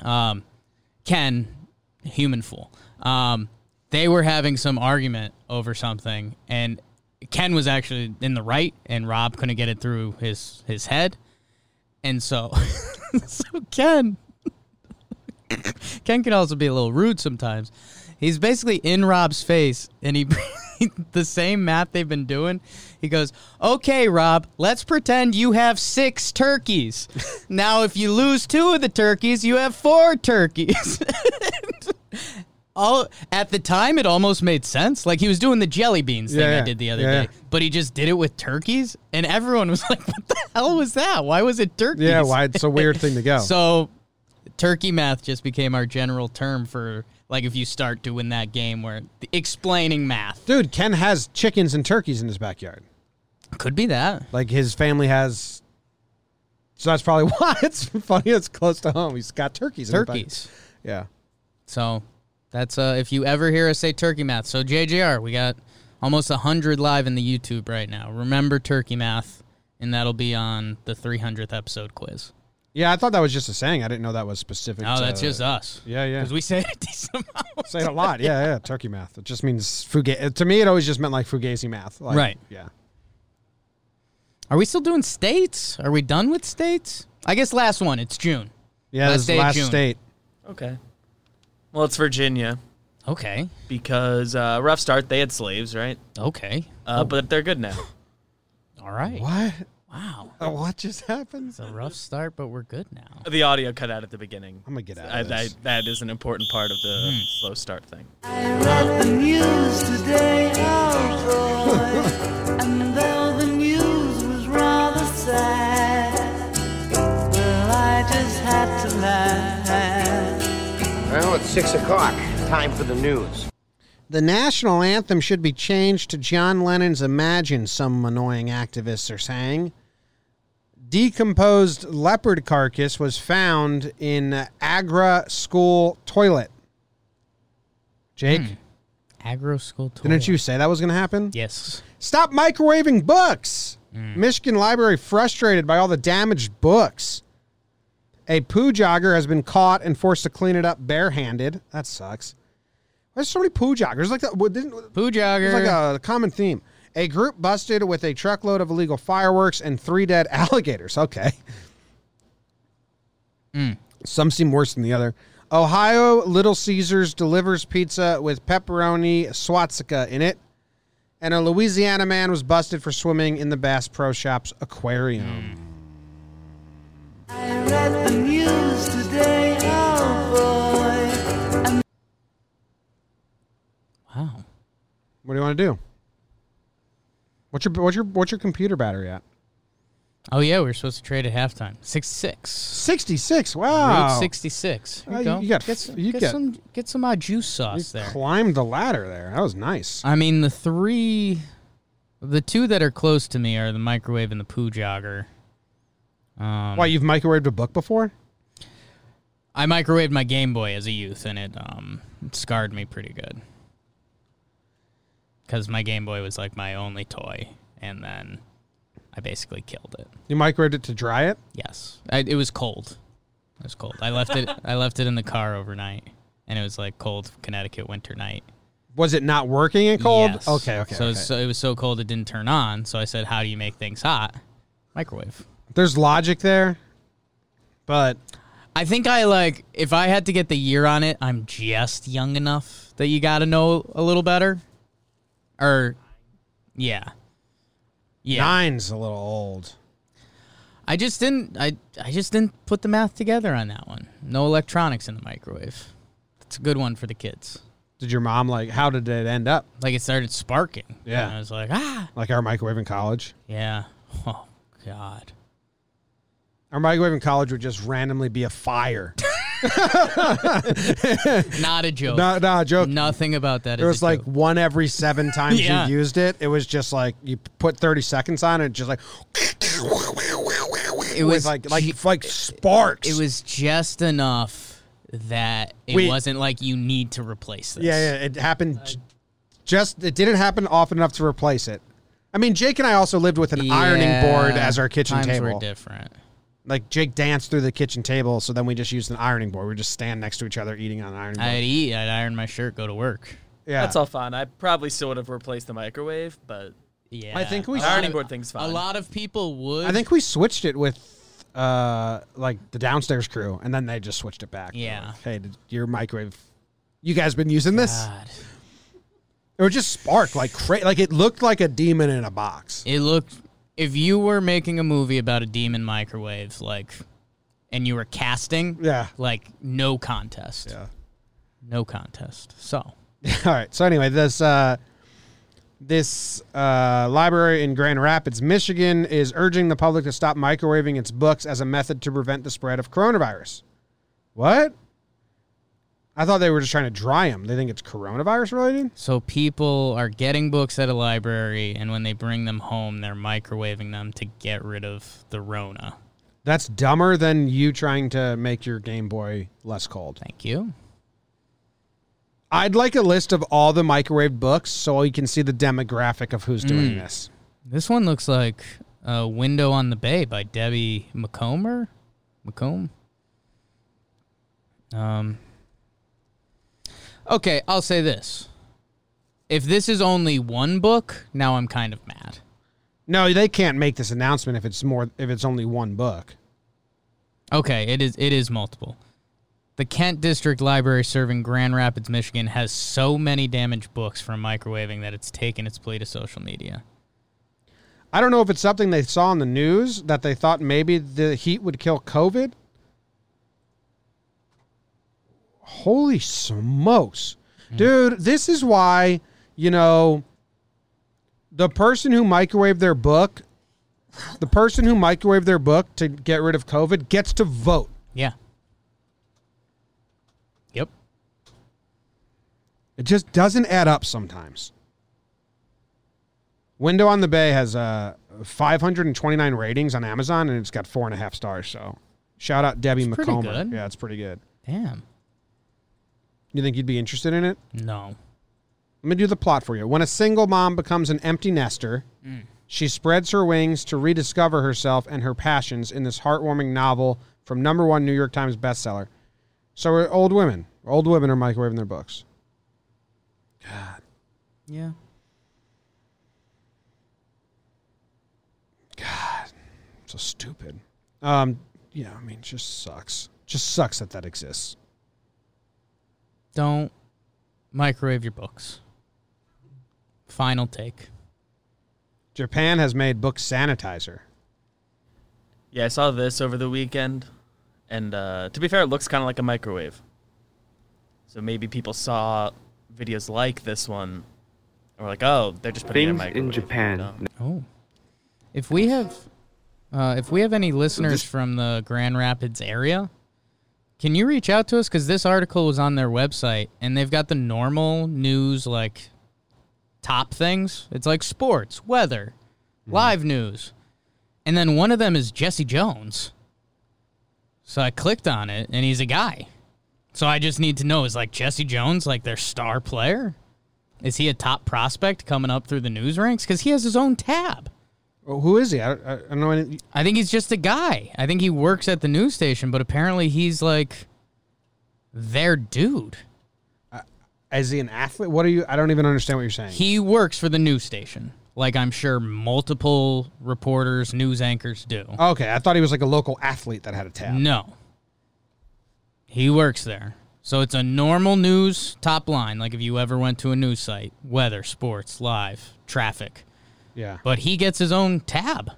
[SPEAKER 2] Um, Ken, human fool. Um, they were having some argument over something, and Ken was actually in the right, and Rob couldn't get it through his his head, and so (laughs) so Ken. Ken can also be a little rude sometimes. He's basically in Rob's face, and he (laughs) the same math they've been doing. He goes, "Okay, Rob, let's pretend you have six turkeys. now, if you lose two of the turkeys, you have four turkeys." (laughs) All at the time, it almost made sense. Like he was doing the jelly beans thing
[SPEAKER 1] Yeah, yeah.
[SPEAKER 2] I did the other
[SPEAKER 1] Yeah, yeah.
[SPEAKER 2] day, but he just did it with turkeys, and everyone was (laughs) like, "What the hell was that? Why was it turkeys?"
[SPEAKER 1] Yeah, why it's a weird thing to go.
[SPEAKER 2] So, turkey math just became our general term for like if you start doing that game where explaining math
[SPEAKER 1] Dude, Ken has chickens and turkeys in his backyard.
[SPEAKER 2] could be that.
[SPEAKER 1] Like his family has. So that's probably (laughs) why it's funny. It's close to home. He's got turkeys. in his back-
[SPEAKER 2] Turkeys.
[SPEAKER 1] Yeah.
[SPEAKER 2] So that's uh if you ever hear us say turkey math. So JJR, we got almost 100 live in the YouTube right now. Remember turkey math and that'll be on the 300th episode quiz.
[SPEAKER 1] Yeah, I thought that was just a saying. I didn't know that was specific.
[SPEAKER 2] Oh,
[SPEAKER 1] to-
[SPEAKER 2] that's just us.
[SPEAKER 1] uh, Yeah, yeah.
[SPEAKER 2] Cuz we say it (laughs) a decent amount.
[SPEAKER 1] Say it a lot. Yeah, yeah. Turkey math. It just means fugazi. To me, it always just meant like fugazi math. Like,
[SPEAKER 2] Right.
[SPEAKER 1] Yeah.
[SPEAKER 2] Are we still doing states? Are we done with states? I guess last one, it's June.
[SPEAKER 1] Yeah.
[SPEAKER 2] Last
[SPEAKER 1] Last,
[SPEAKER 2] day of
[SPEAKER 1] last
[SPEAKER 2] June.
[SPEAKER 1] state.
[SPEAKER 3] Okay. Well, it's Virginia
[SPEAKER 2] Okay.
[SPEAKER 3] because uh, rough start. They had slaves, right?
[SPEAKER 2] Okay.
[SPEAKER 1] Oh.
[SPEAKER 3] Uh, But they're good now.
[SPEAKER 2] All right.
[SPEAKER 1] What?
[SPEAKER 2] Wow.
[SPEAKER 1] Uh, What just (laughs) happened?
[SPEAKER 2] It's a rough start, but we're good now.
[SPEAKER 3] The audio cut out at the beginning.
[SPEAKER 1] I'm gonna get out
[SPEAKER 3] I,
[SPEAKER 1] of
[SPEAKER 3] I,
[SPEAKER 1] this. Hmm.
[SPEAKER 3] that is an important part of the slow start thing.
[SPEAKER 4] read the news today, oh boy. and though the news was rather sad, well, I just had to laugh.
[SPEAKER 7] Well, it's six o'clock. Time for the news.
[SPEAKER 1] The national anthem should be changed to John Lennon's Imagine, some annoying activists are saying. Decomposed leopard carcass was found in Agra school toilet. Jake,
[SPEAKER 2] Agro school tour.
[SPEAKER 1] didn't you say that was going to happen?
[SPEAKER 2] Yes.
[SPEAKER 1] Stop microwaving books. Michigan library frustrated by all the damaged books. A poo jogger has been caught and forced to clean it up barehanded. That sucks. There's so many poo joggers. Like that. what- Didn't,
[SPEAKER 2] Poo jogger.
[SPEAKER 1] it's like a common theme. A group busted with a truckload of illegal fireworks and three dead (laughs) alligators. Okay.
[SPEAKER 2] Mm.
[SPEAKER 1] Some seem worse than the other. Ohio Little Caesars delivers pizza with pepperoni swastika in it. and a Louisiana man was busted for swimming in the Bass Pro Shops
[SPEAKER 2] Mm.
[SPEAKER 1] aquarium.
[SPEAKER 4] I read the news today, oh boy.
[SPEAKER 2] Wow.
[SPEAKER 1] What do you want to do? What's your what's your what's your computer battery at?
[SPEAKER 2] Oh yeah, we were supposed to trade at halftime. Six six.
[SPEAKER 1] Sixty six. Wow.
[SPEAKER 2] Route sixty six.
[SPEAKER 1] Oh,
[SPEAKER 2] Here you
[SPEAKER 1] you-
[SPEAKER 2] go.
[SPEAKER 1] you got-
[SPEAKER 2] get some,
[SPEAKER 1] you
[SPEAKER 2] get,
[SPEAKER 1] got-
[SPEAKER 2] some get some odd juice
[SPEAKER 1] You
[SPEAKER 2] sauce there.
[SPEAKER 1] climbed the ladder there. That was nice.
[SPEAKER 2] I mean the three, the two that are close to me are the microwave and the poo jogger. Um,
[SPEAKER 1] Why you've microwaved a book before?
[SPEAKER 2] I microwaved my Game Boy as a youth, and it um it scarred me pretty good. Because my Game Boy was like my only toy, and then I basically killed it.
[SPEAKER 1] You microwaved it to dry it.
[SPEAKER 2] Yes, I, it was cold. It was cold. I left it.
[SPEAKER 1] (laughs)
[SPEAKER 2] I left it in the car overnight, and it was like cold Connecticut winter night.
[SPEAKER 1] Was it not working and cold?
[SPEAKER 2] Yes.
[SPEAKER 1] Okay, okay.
[SPEAKER 2] So, uh,
[SPEAKER 1] okay.
[SPEAKER 2] It was, so it was so cold it didn't turn on. So I said, "How do you make things hot? Microwave."
[SPEAKER 1] There's logic there, but
[SPEAKER 2] I think I like if I had to get the year on it, I'm just young enough that you got to know a little better. Or yeah. Yeah.
[SPEAKER 1] nine's a little old.
[SPEAKER 2] I just didn't I I just didn't put the math together on that one. No electronics in the microwave. That's a good one for the kids.
[SPEAKER 1] Did your mom like? How did it end up?
[SPEAKER 2] Like it started sparking.
[SPEAKER 1] Yeah.
[SPEAKER 2] And I was like, "Ah."
[SPEAKER 1] Like our microwave in college.
[SPEAKER 2] Yeah. Oh god.
[SPEAKER 1] Our microwave in college would just randomly be a
[SPEAKER 2] (laughs)
[SPEAKER 1] fire.
[SPEAKER 2] Not a joke.
[SPEAKER 1] no, no joke.
[SPEAKER 2] Nothing about that is
[SPEAKER 1] There was
[SPEAKER 2] a
[SPEAKER 1] like
[SPEAKER 2] joke.
[SPEAKER 1] one every seven times
[SPEAKER 2] Yeah.
[SPEAKER 1] you used it. It was just like you put thirty seconds on it, just like
[SPEAKER 2] it
[SPEAKER 1] with
[SPEAKER 2] was
[SPEAKER 1] like like
[SPEAKER 2] ge-
[SPEAKER 1] like sparks.
[SPEAKER 2] It was just enough that it
[SPEAKER 1] We-
[SPEAKER 2] wasn't like you need to replace this.
[SPEAKER 1] Yeah, yeah, it happened. j- just it didn't happen often enough to replace it. I mean, Jake and I also lived with an ironing board
[SPEAKER 2] Yeah,
[SPEAKER 1] as our kitchen
[SPEAKER 2] times
[SPEAKER 1] table.
[SPEAKER 2] Were different.
[SPEAKER 1] Like Jake danced through the kitchen table, so then we just used an ironing board. We just stand next to each other eating on an ironing board.
[SPEAKER 2] I'd eat. I'd iron my shirt. Go to work.
[SPEAKER 1] yeah,
[SPEAKER 3] That's all fine. I probably still would have replaced the microwave, but
[SPEAKER 2] Yeah.
[SPEAKER 1] I think we
[SPEAKER 2] a
[SPEAKER 1] should-
[SPEAKER 2] lot
[SPEAKER 3] ironing
[SPEAKER 2] of-
[SPEAKER 3] board thing's
[SPEAKER 2] A
[SPEAKER 3] fine.
[SPEAKER 2] lot of people would.
[SPEAKER 1] I think we switched it with uh like the downstairs crew, and then they just switched it back. They're
[SPEAKER 2] Yeah.
[SPEAKER 1] like, hey, did your microwave. You guys been using this?
[SPEAKER 2] God,
[SPEAKER 1] It would just spark like cra- like it looked like a demon in a box.
[SPEAKER 2] it looked. If you were making a movie about a demon microwave, like, and you were casting,
[SPEAKER 1] Yeah.
[SPEAKER 2] like no contest.
[SPEAKER 1] Yeah.
[SPEAKER 2] No contest. So
[SPEAKER 1] All right. So anyway, this uh, this uh, library in Grand Rapids, Michigan, is urging the public to stop microwaving its books as a method to prevent the spread of coronavirus. What? I thought they were just trying to dry them. They think it's coronavirus related.
[SPEAKER 2] So people are getting books at a library, and when they bring them home, they're microwaving them to get rid of the Rona.
[SPEAKER 1] That's dumber than you trying to make your Game Boy less cold.
[SPEAKER 2] Thank you.
[SPEAKER 1] I'd like a list of all the microwave books so you can see the demographic of who's doing this.
[SPEAKER 2] This one looks like uh, "Window on the Bay" by Debbie McComber. McComb. Um. Okay, I'll say this. If this is only one book, now I'm kind of mad.
[SPEAKER 1] No, they can't make this announcement if it's more if it's only one book.
[SPEAKER 2] Okay, it is it is multiple. The Kent District Library serving Grand Rapids, Michigan has so many damaged books from microwaving that it's taken its plea to social media.
[SPEAKER 1] I don't know if it's something they saw on the news that they thought maybe the heat would kill COVID. Holy smokes. Dude, this is why, you know, the person who microwaved their book, the person who microwaved their book to get rid of COVID gets to vote.
[SPEAKER 2] Yeah. Yep.
[SPEAKER 1] It just doesn't add up sometimes. Window on the Bay has uh, 529 ratings on Amazon, and it's got four and a half stars. So, shout out Debbie
[SPEAKER 2] It's pretty
[SPEAKER 1] McComber.
[SPEAKER 2] good.
[SPEAKER 1] Yeah, it's pretty good.
[SPEAKER 2] Damn.
[SPEAKER 1] You think you'd be interested in it?
[SPEAKER 2] No.
[SPEAKER 1] Let me do the plot for you. When a single mom becomes an empty nester,
[SPEAKER 2] Mm.
[SPEAKER 1] she spreads her wings to rediscover herself and her passions in this heartwarming novel from number one New York Times bestseller. So, we're old women. Old women are microwaving their books.
[SPEAKER 2] Yeah.
[SPEAKER 1] so stupid. Um, yeah, I mean, it just sucks. Just sucks that that exists.
[SPEAKER 2] Don't microwave your books. Final take.
[SPEAKER 1] Japan has made book sanitizer.
[SPEAKER 3] Yeah, I saw this over the weekend, and uh, to be fair, it looks kind of like a microwave. So maybe people saw videos like this one, and were like, "Oh, they're just putting it in a
[SPEAKER 8] Things
[SPEAKER 3] microwave."
[SPEAKER 8] in Japan.
[SPEAKER 3] No.
[SPEAKER 2] Oh, if we have, uh, if we have any listeners from the Grand Rapids area, can you reach out to us? Because this article was on their website, and they've got the normal news like top things. It's like sports, weather, live news, and then one of them is Jesse Jones. So I clicked on it, and he's a guy. So I just need to know is like Jesse Jones like their star player? Is he a top prospect coming up through the news ranks? Because he has his own tab.
[SPEAKER 1] Well, Oh, who is he? I, I, I don't know. Any,
[SPEAKER 2] I think he's just a guy. I think he works at the news station, but apparently he's like their dude.
[SPEAKER 1] is he an athlete? What are you? I don't even understand what you're saying.
[SPEAKER 2] He works for the news station, like I'm sure multiple reporters, news anchors do.
[SPEAKER 1] okay, I thought he was like a local athlete that had a tab.
[SPEAKER 2] No. He works there. So it's a normal news top line, like if you ever went to a news site weather, sports, live, traffic.
[SPEAKER 1] Yeah,
[SPEAKER 2] But he gets his own tab.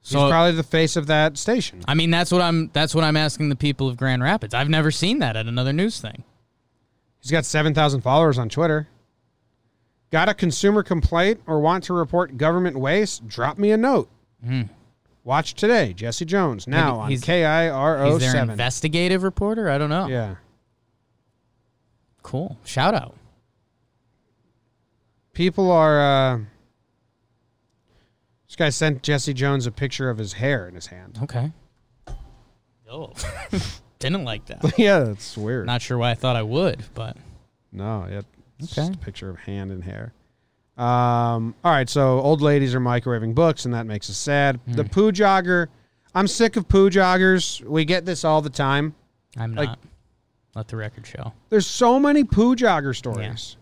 [SPEAKER 1] he's probably the face of that station.
[SPEAKER 2] I mean, that's what I'm. That's what I'm asking the people of Grand Rapids. I've never seen that at another news thing.
[SPEAKER 1] He's got 7,000 followers on Twitter. Got a consumer complaint or want to report government waste? Drop me a note. Watch today, Jesse Jones, now on
[SPEAKER 2] Hmm. he's- He's their
[SPEAKER 1] KIRO7.
[SPEAKER 2] investigative reporter. I don't know.
[SPEAKER 1] Yeah.
[SPEAKER 2] Cool. Shout out.
[SPEAKER 1] People are. Uh, this guy sent Jesse Jones a picture of his hair in his hand.
[SPEAKER 2] Okay. Oh, (laughs) didn't like
[SPEAKER 1] (laughs)
[SPEAKER 2] that.
[SPEAKER 1] yeah, that's weird.
[SPEAKER 2] Oh. Not sure why I thought I would, but
[SPEAKER 1] no, yeah, it's
[SPEAKER 2] Okay.
[SPEAKER 1] just a picture of hand and hair. Um, all right, so old ladies are microwaving books, and that makes us sad.
[SPEAKER 2] Hmm.
[SPEAKER 1] The poo jogger. I'm sick of poo joggers. We get this all the time.
[SPEAKER 2] I'm
[SPEAKER 1] Like-
[SPEAKER 2] not. Let the record show.
[SPEAKER 1] There's so many poo jogger stories.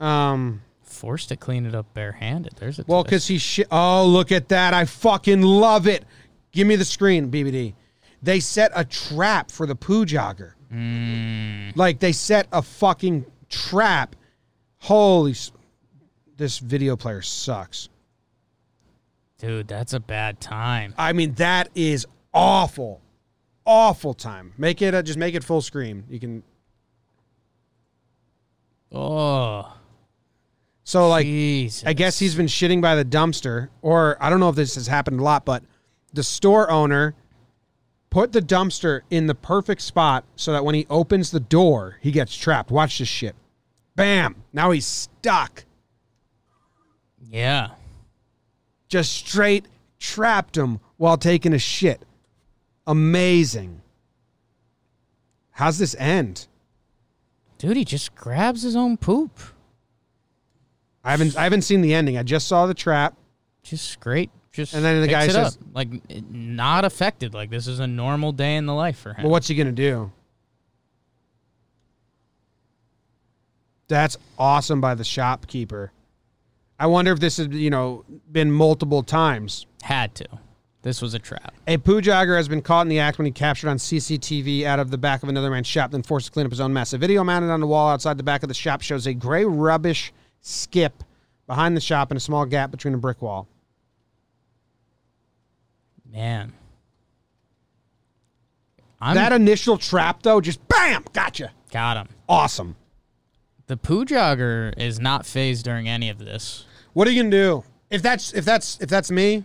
[SPEAKER 1] Um,
[SPEAKER 2] Forced to clean it up barehanded. There's a
[SPEAKER 1] well,
[SPEAKER 2] twist.
[SPEAKER 1] because he shit. Oh, look at that! I fucking love it. Give me the screen, BBD. They set a trap for the poo jogger. Like they set a fucking trap. Holy, s- this video player sucks.
[SPEAKER 2] dude, that's a bad time.
[SPEAKER 1] I mean, that is awful, awful time. Make it a, just make it full screen. You can
[SPEAKER 2] Oh,
[SPEAKER 1] so like
[SPEAKER 2] Jesus.
[SPEAKER 1] I guess he's been shitting by the dumpster, or I don't know if this has happened a lot, but the store owner put the dumpster in the perfect spot so that when he opens the door, he gets trapped. Watch this shit. Bam! Now he's stuck.
[SPEAKER 2] Yeah.
[SPEAKER 1] Just straight trapped him while taking a shit. Amazing. How's this end?
[SPEAKER 2] Dude, he just grabs his own poop.
[SPEAKER 1] I haven't I haven't seen the ending. I just saw the trap.
[SPEAKER 2] just straight just
[SPEAKER 1] And then the
[SPEAKER 2] picks
[SPEAKER 1] guy
[SPEAKER 2] it
[SPEAKER 1] says-
[SPEAKER 2] up. like it- not affected like this is a normal day in the life for him
[SPEAKER 1] Well, what's he gonna do? That's awesome by the shopkeeper. I wonder if this has, you know, been multiple times.
[SPEAKER 2] had to this was a trap
[SPEAKER 1] A poo jogger has been caught in the act when he captured on CCTV out of the back of another man's shop, then forced to clean up his own mess. A video mounted on the wall outside the back of the shop shows a gray rubbish skip behind the shop and a small gap between a brick wall.
[SPEAKER 2] man i'm
[SPEAKER 1] that initial trap, though, just bam, gotcha.
[SPEAKER 2] got him
[SPEAKER 1] Awesome.
[SPEAKER 2] the poo jogger is not phased during any of this
[SPEAKER 1] What are you gonna do if that's if that's if that's me?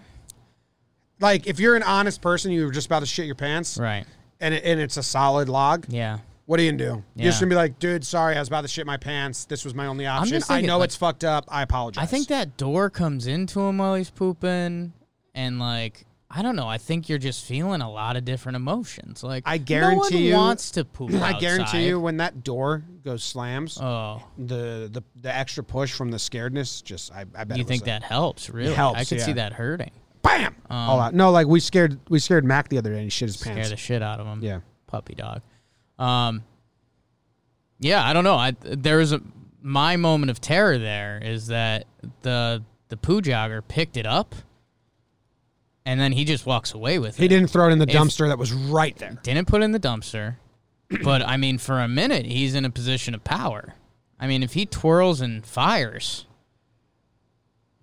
[SPEAKER 1] Like if you're an honest person, you were just about to shit your pants,
[SPEAKER 2] right
[SPEAKER 1] and it, and it's a solid log.
[SPEAKER 2] yeah
[SPEAKER 1] What are you gonna do? You're
[SPEAKER 2] Yeah.
[SPEAKER 1] just gonna be like, dude, sorry, I was about to shit my pants. This was my only option.
[SPEAKER 2] just thinking,
[SPEAKER 1] I know
[SPEAKER 2] like-
[SPEAKER 1] it's fucked up. I apologize.
[SPEAKER 2] i
[SPEAKER 1] (clears throat)
[SPEAKER 2] think that door comes into him while he's pooping and like I don't know. I think you're just feeling a lot of different emotions. Like
[SPEAKER 1] I
[SPEAKER 2] no one
[SPEAKER 1] guarantee you-
[SPEAKER 2] wants to poop.
[SPEAKER 1] (laughs) I guarantee
[SPEAKER 2] outside.
[SPEAKER 1] you, when that door goes slams,
[SPEAKER 2] Oh,
[SPEAKER 1] the, the the extra push from the scaredness just I, I bet
[SPEAKER 2] you
[SPEAKER 1] it was
[SPEAKER 2] think
[SPEAKER 1] a-
[SPEAKER 2] that helps? Really, I
[SPEAKER 1] helps,
[SPEAKER 2] could see
[SPEAKER 1] yeah.
[SPEAKER 2] that hurting.
[SPEAKER 1] bam all out. No, like we scared we scared Mac the other day and he shit his
[SPEAKER 2] scare
[SPEAKER 1] pants.
[SPEAKER 2] um, the shit out of him.
[SPEAKER 1] Yeah.
[SPEAKER 2] puppy dog. Um, yeah, I don't know. I there was a my moment of terror. There is that the the poo jogger picked it up, and then he just walks away with
[SPEAKER 1] He
[SPEAKER 2] it.
[SPEAKER 1] didn't throw it in the dumpster that was right there.
[SPEAKER 2] (clears throat) Didn't put it in the dumpster, but I mean, for a minute, he's in a position of power. I mean, if he twirls and fires,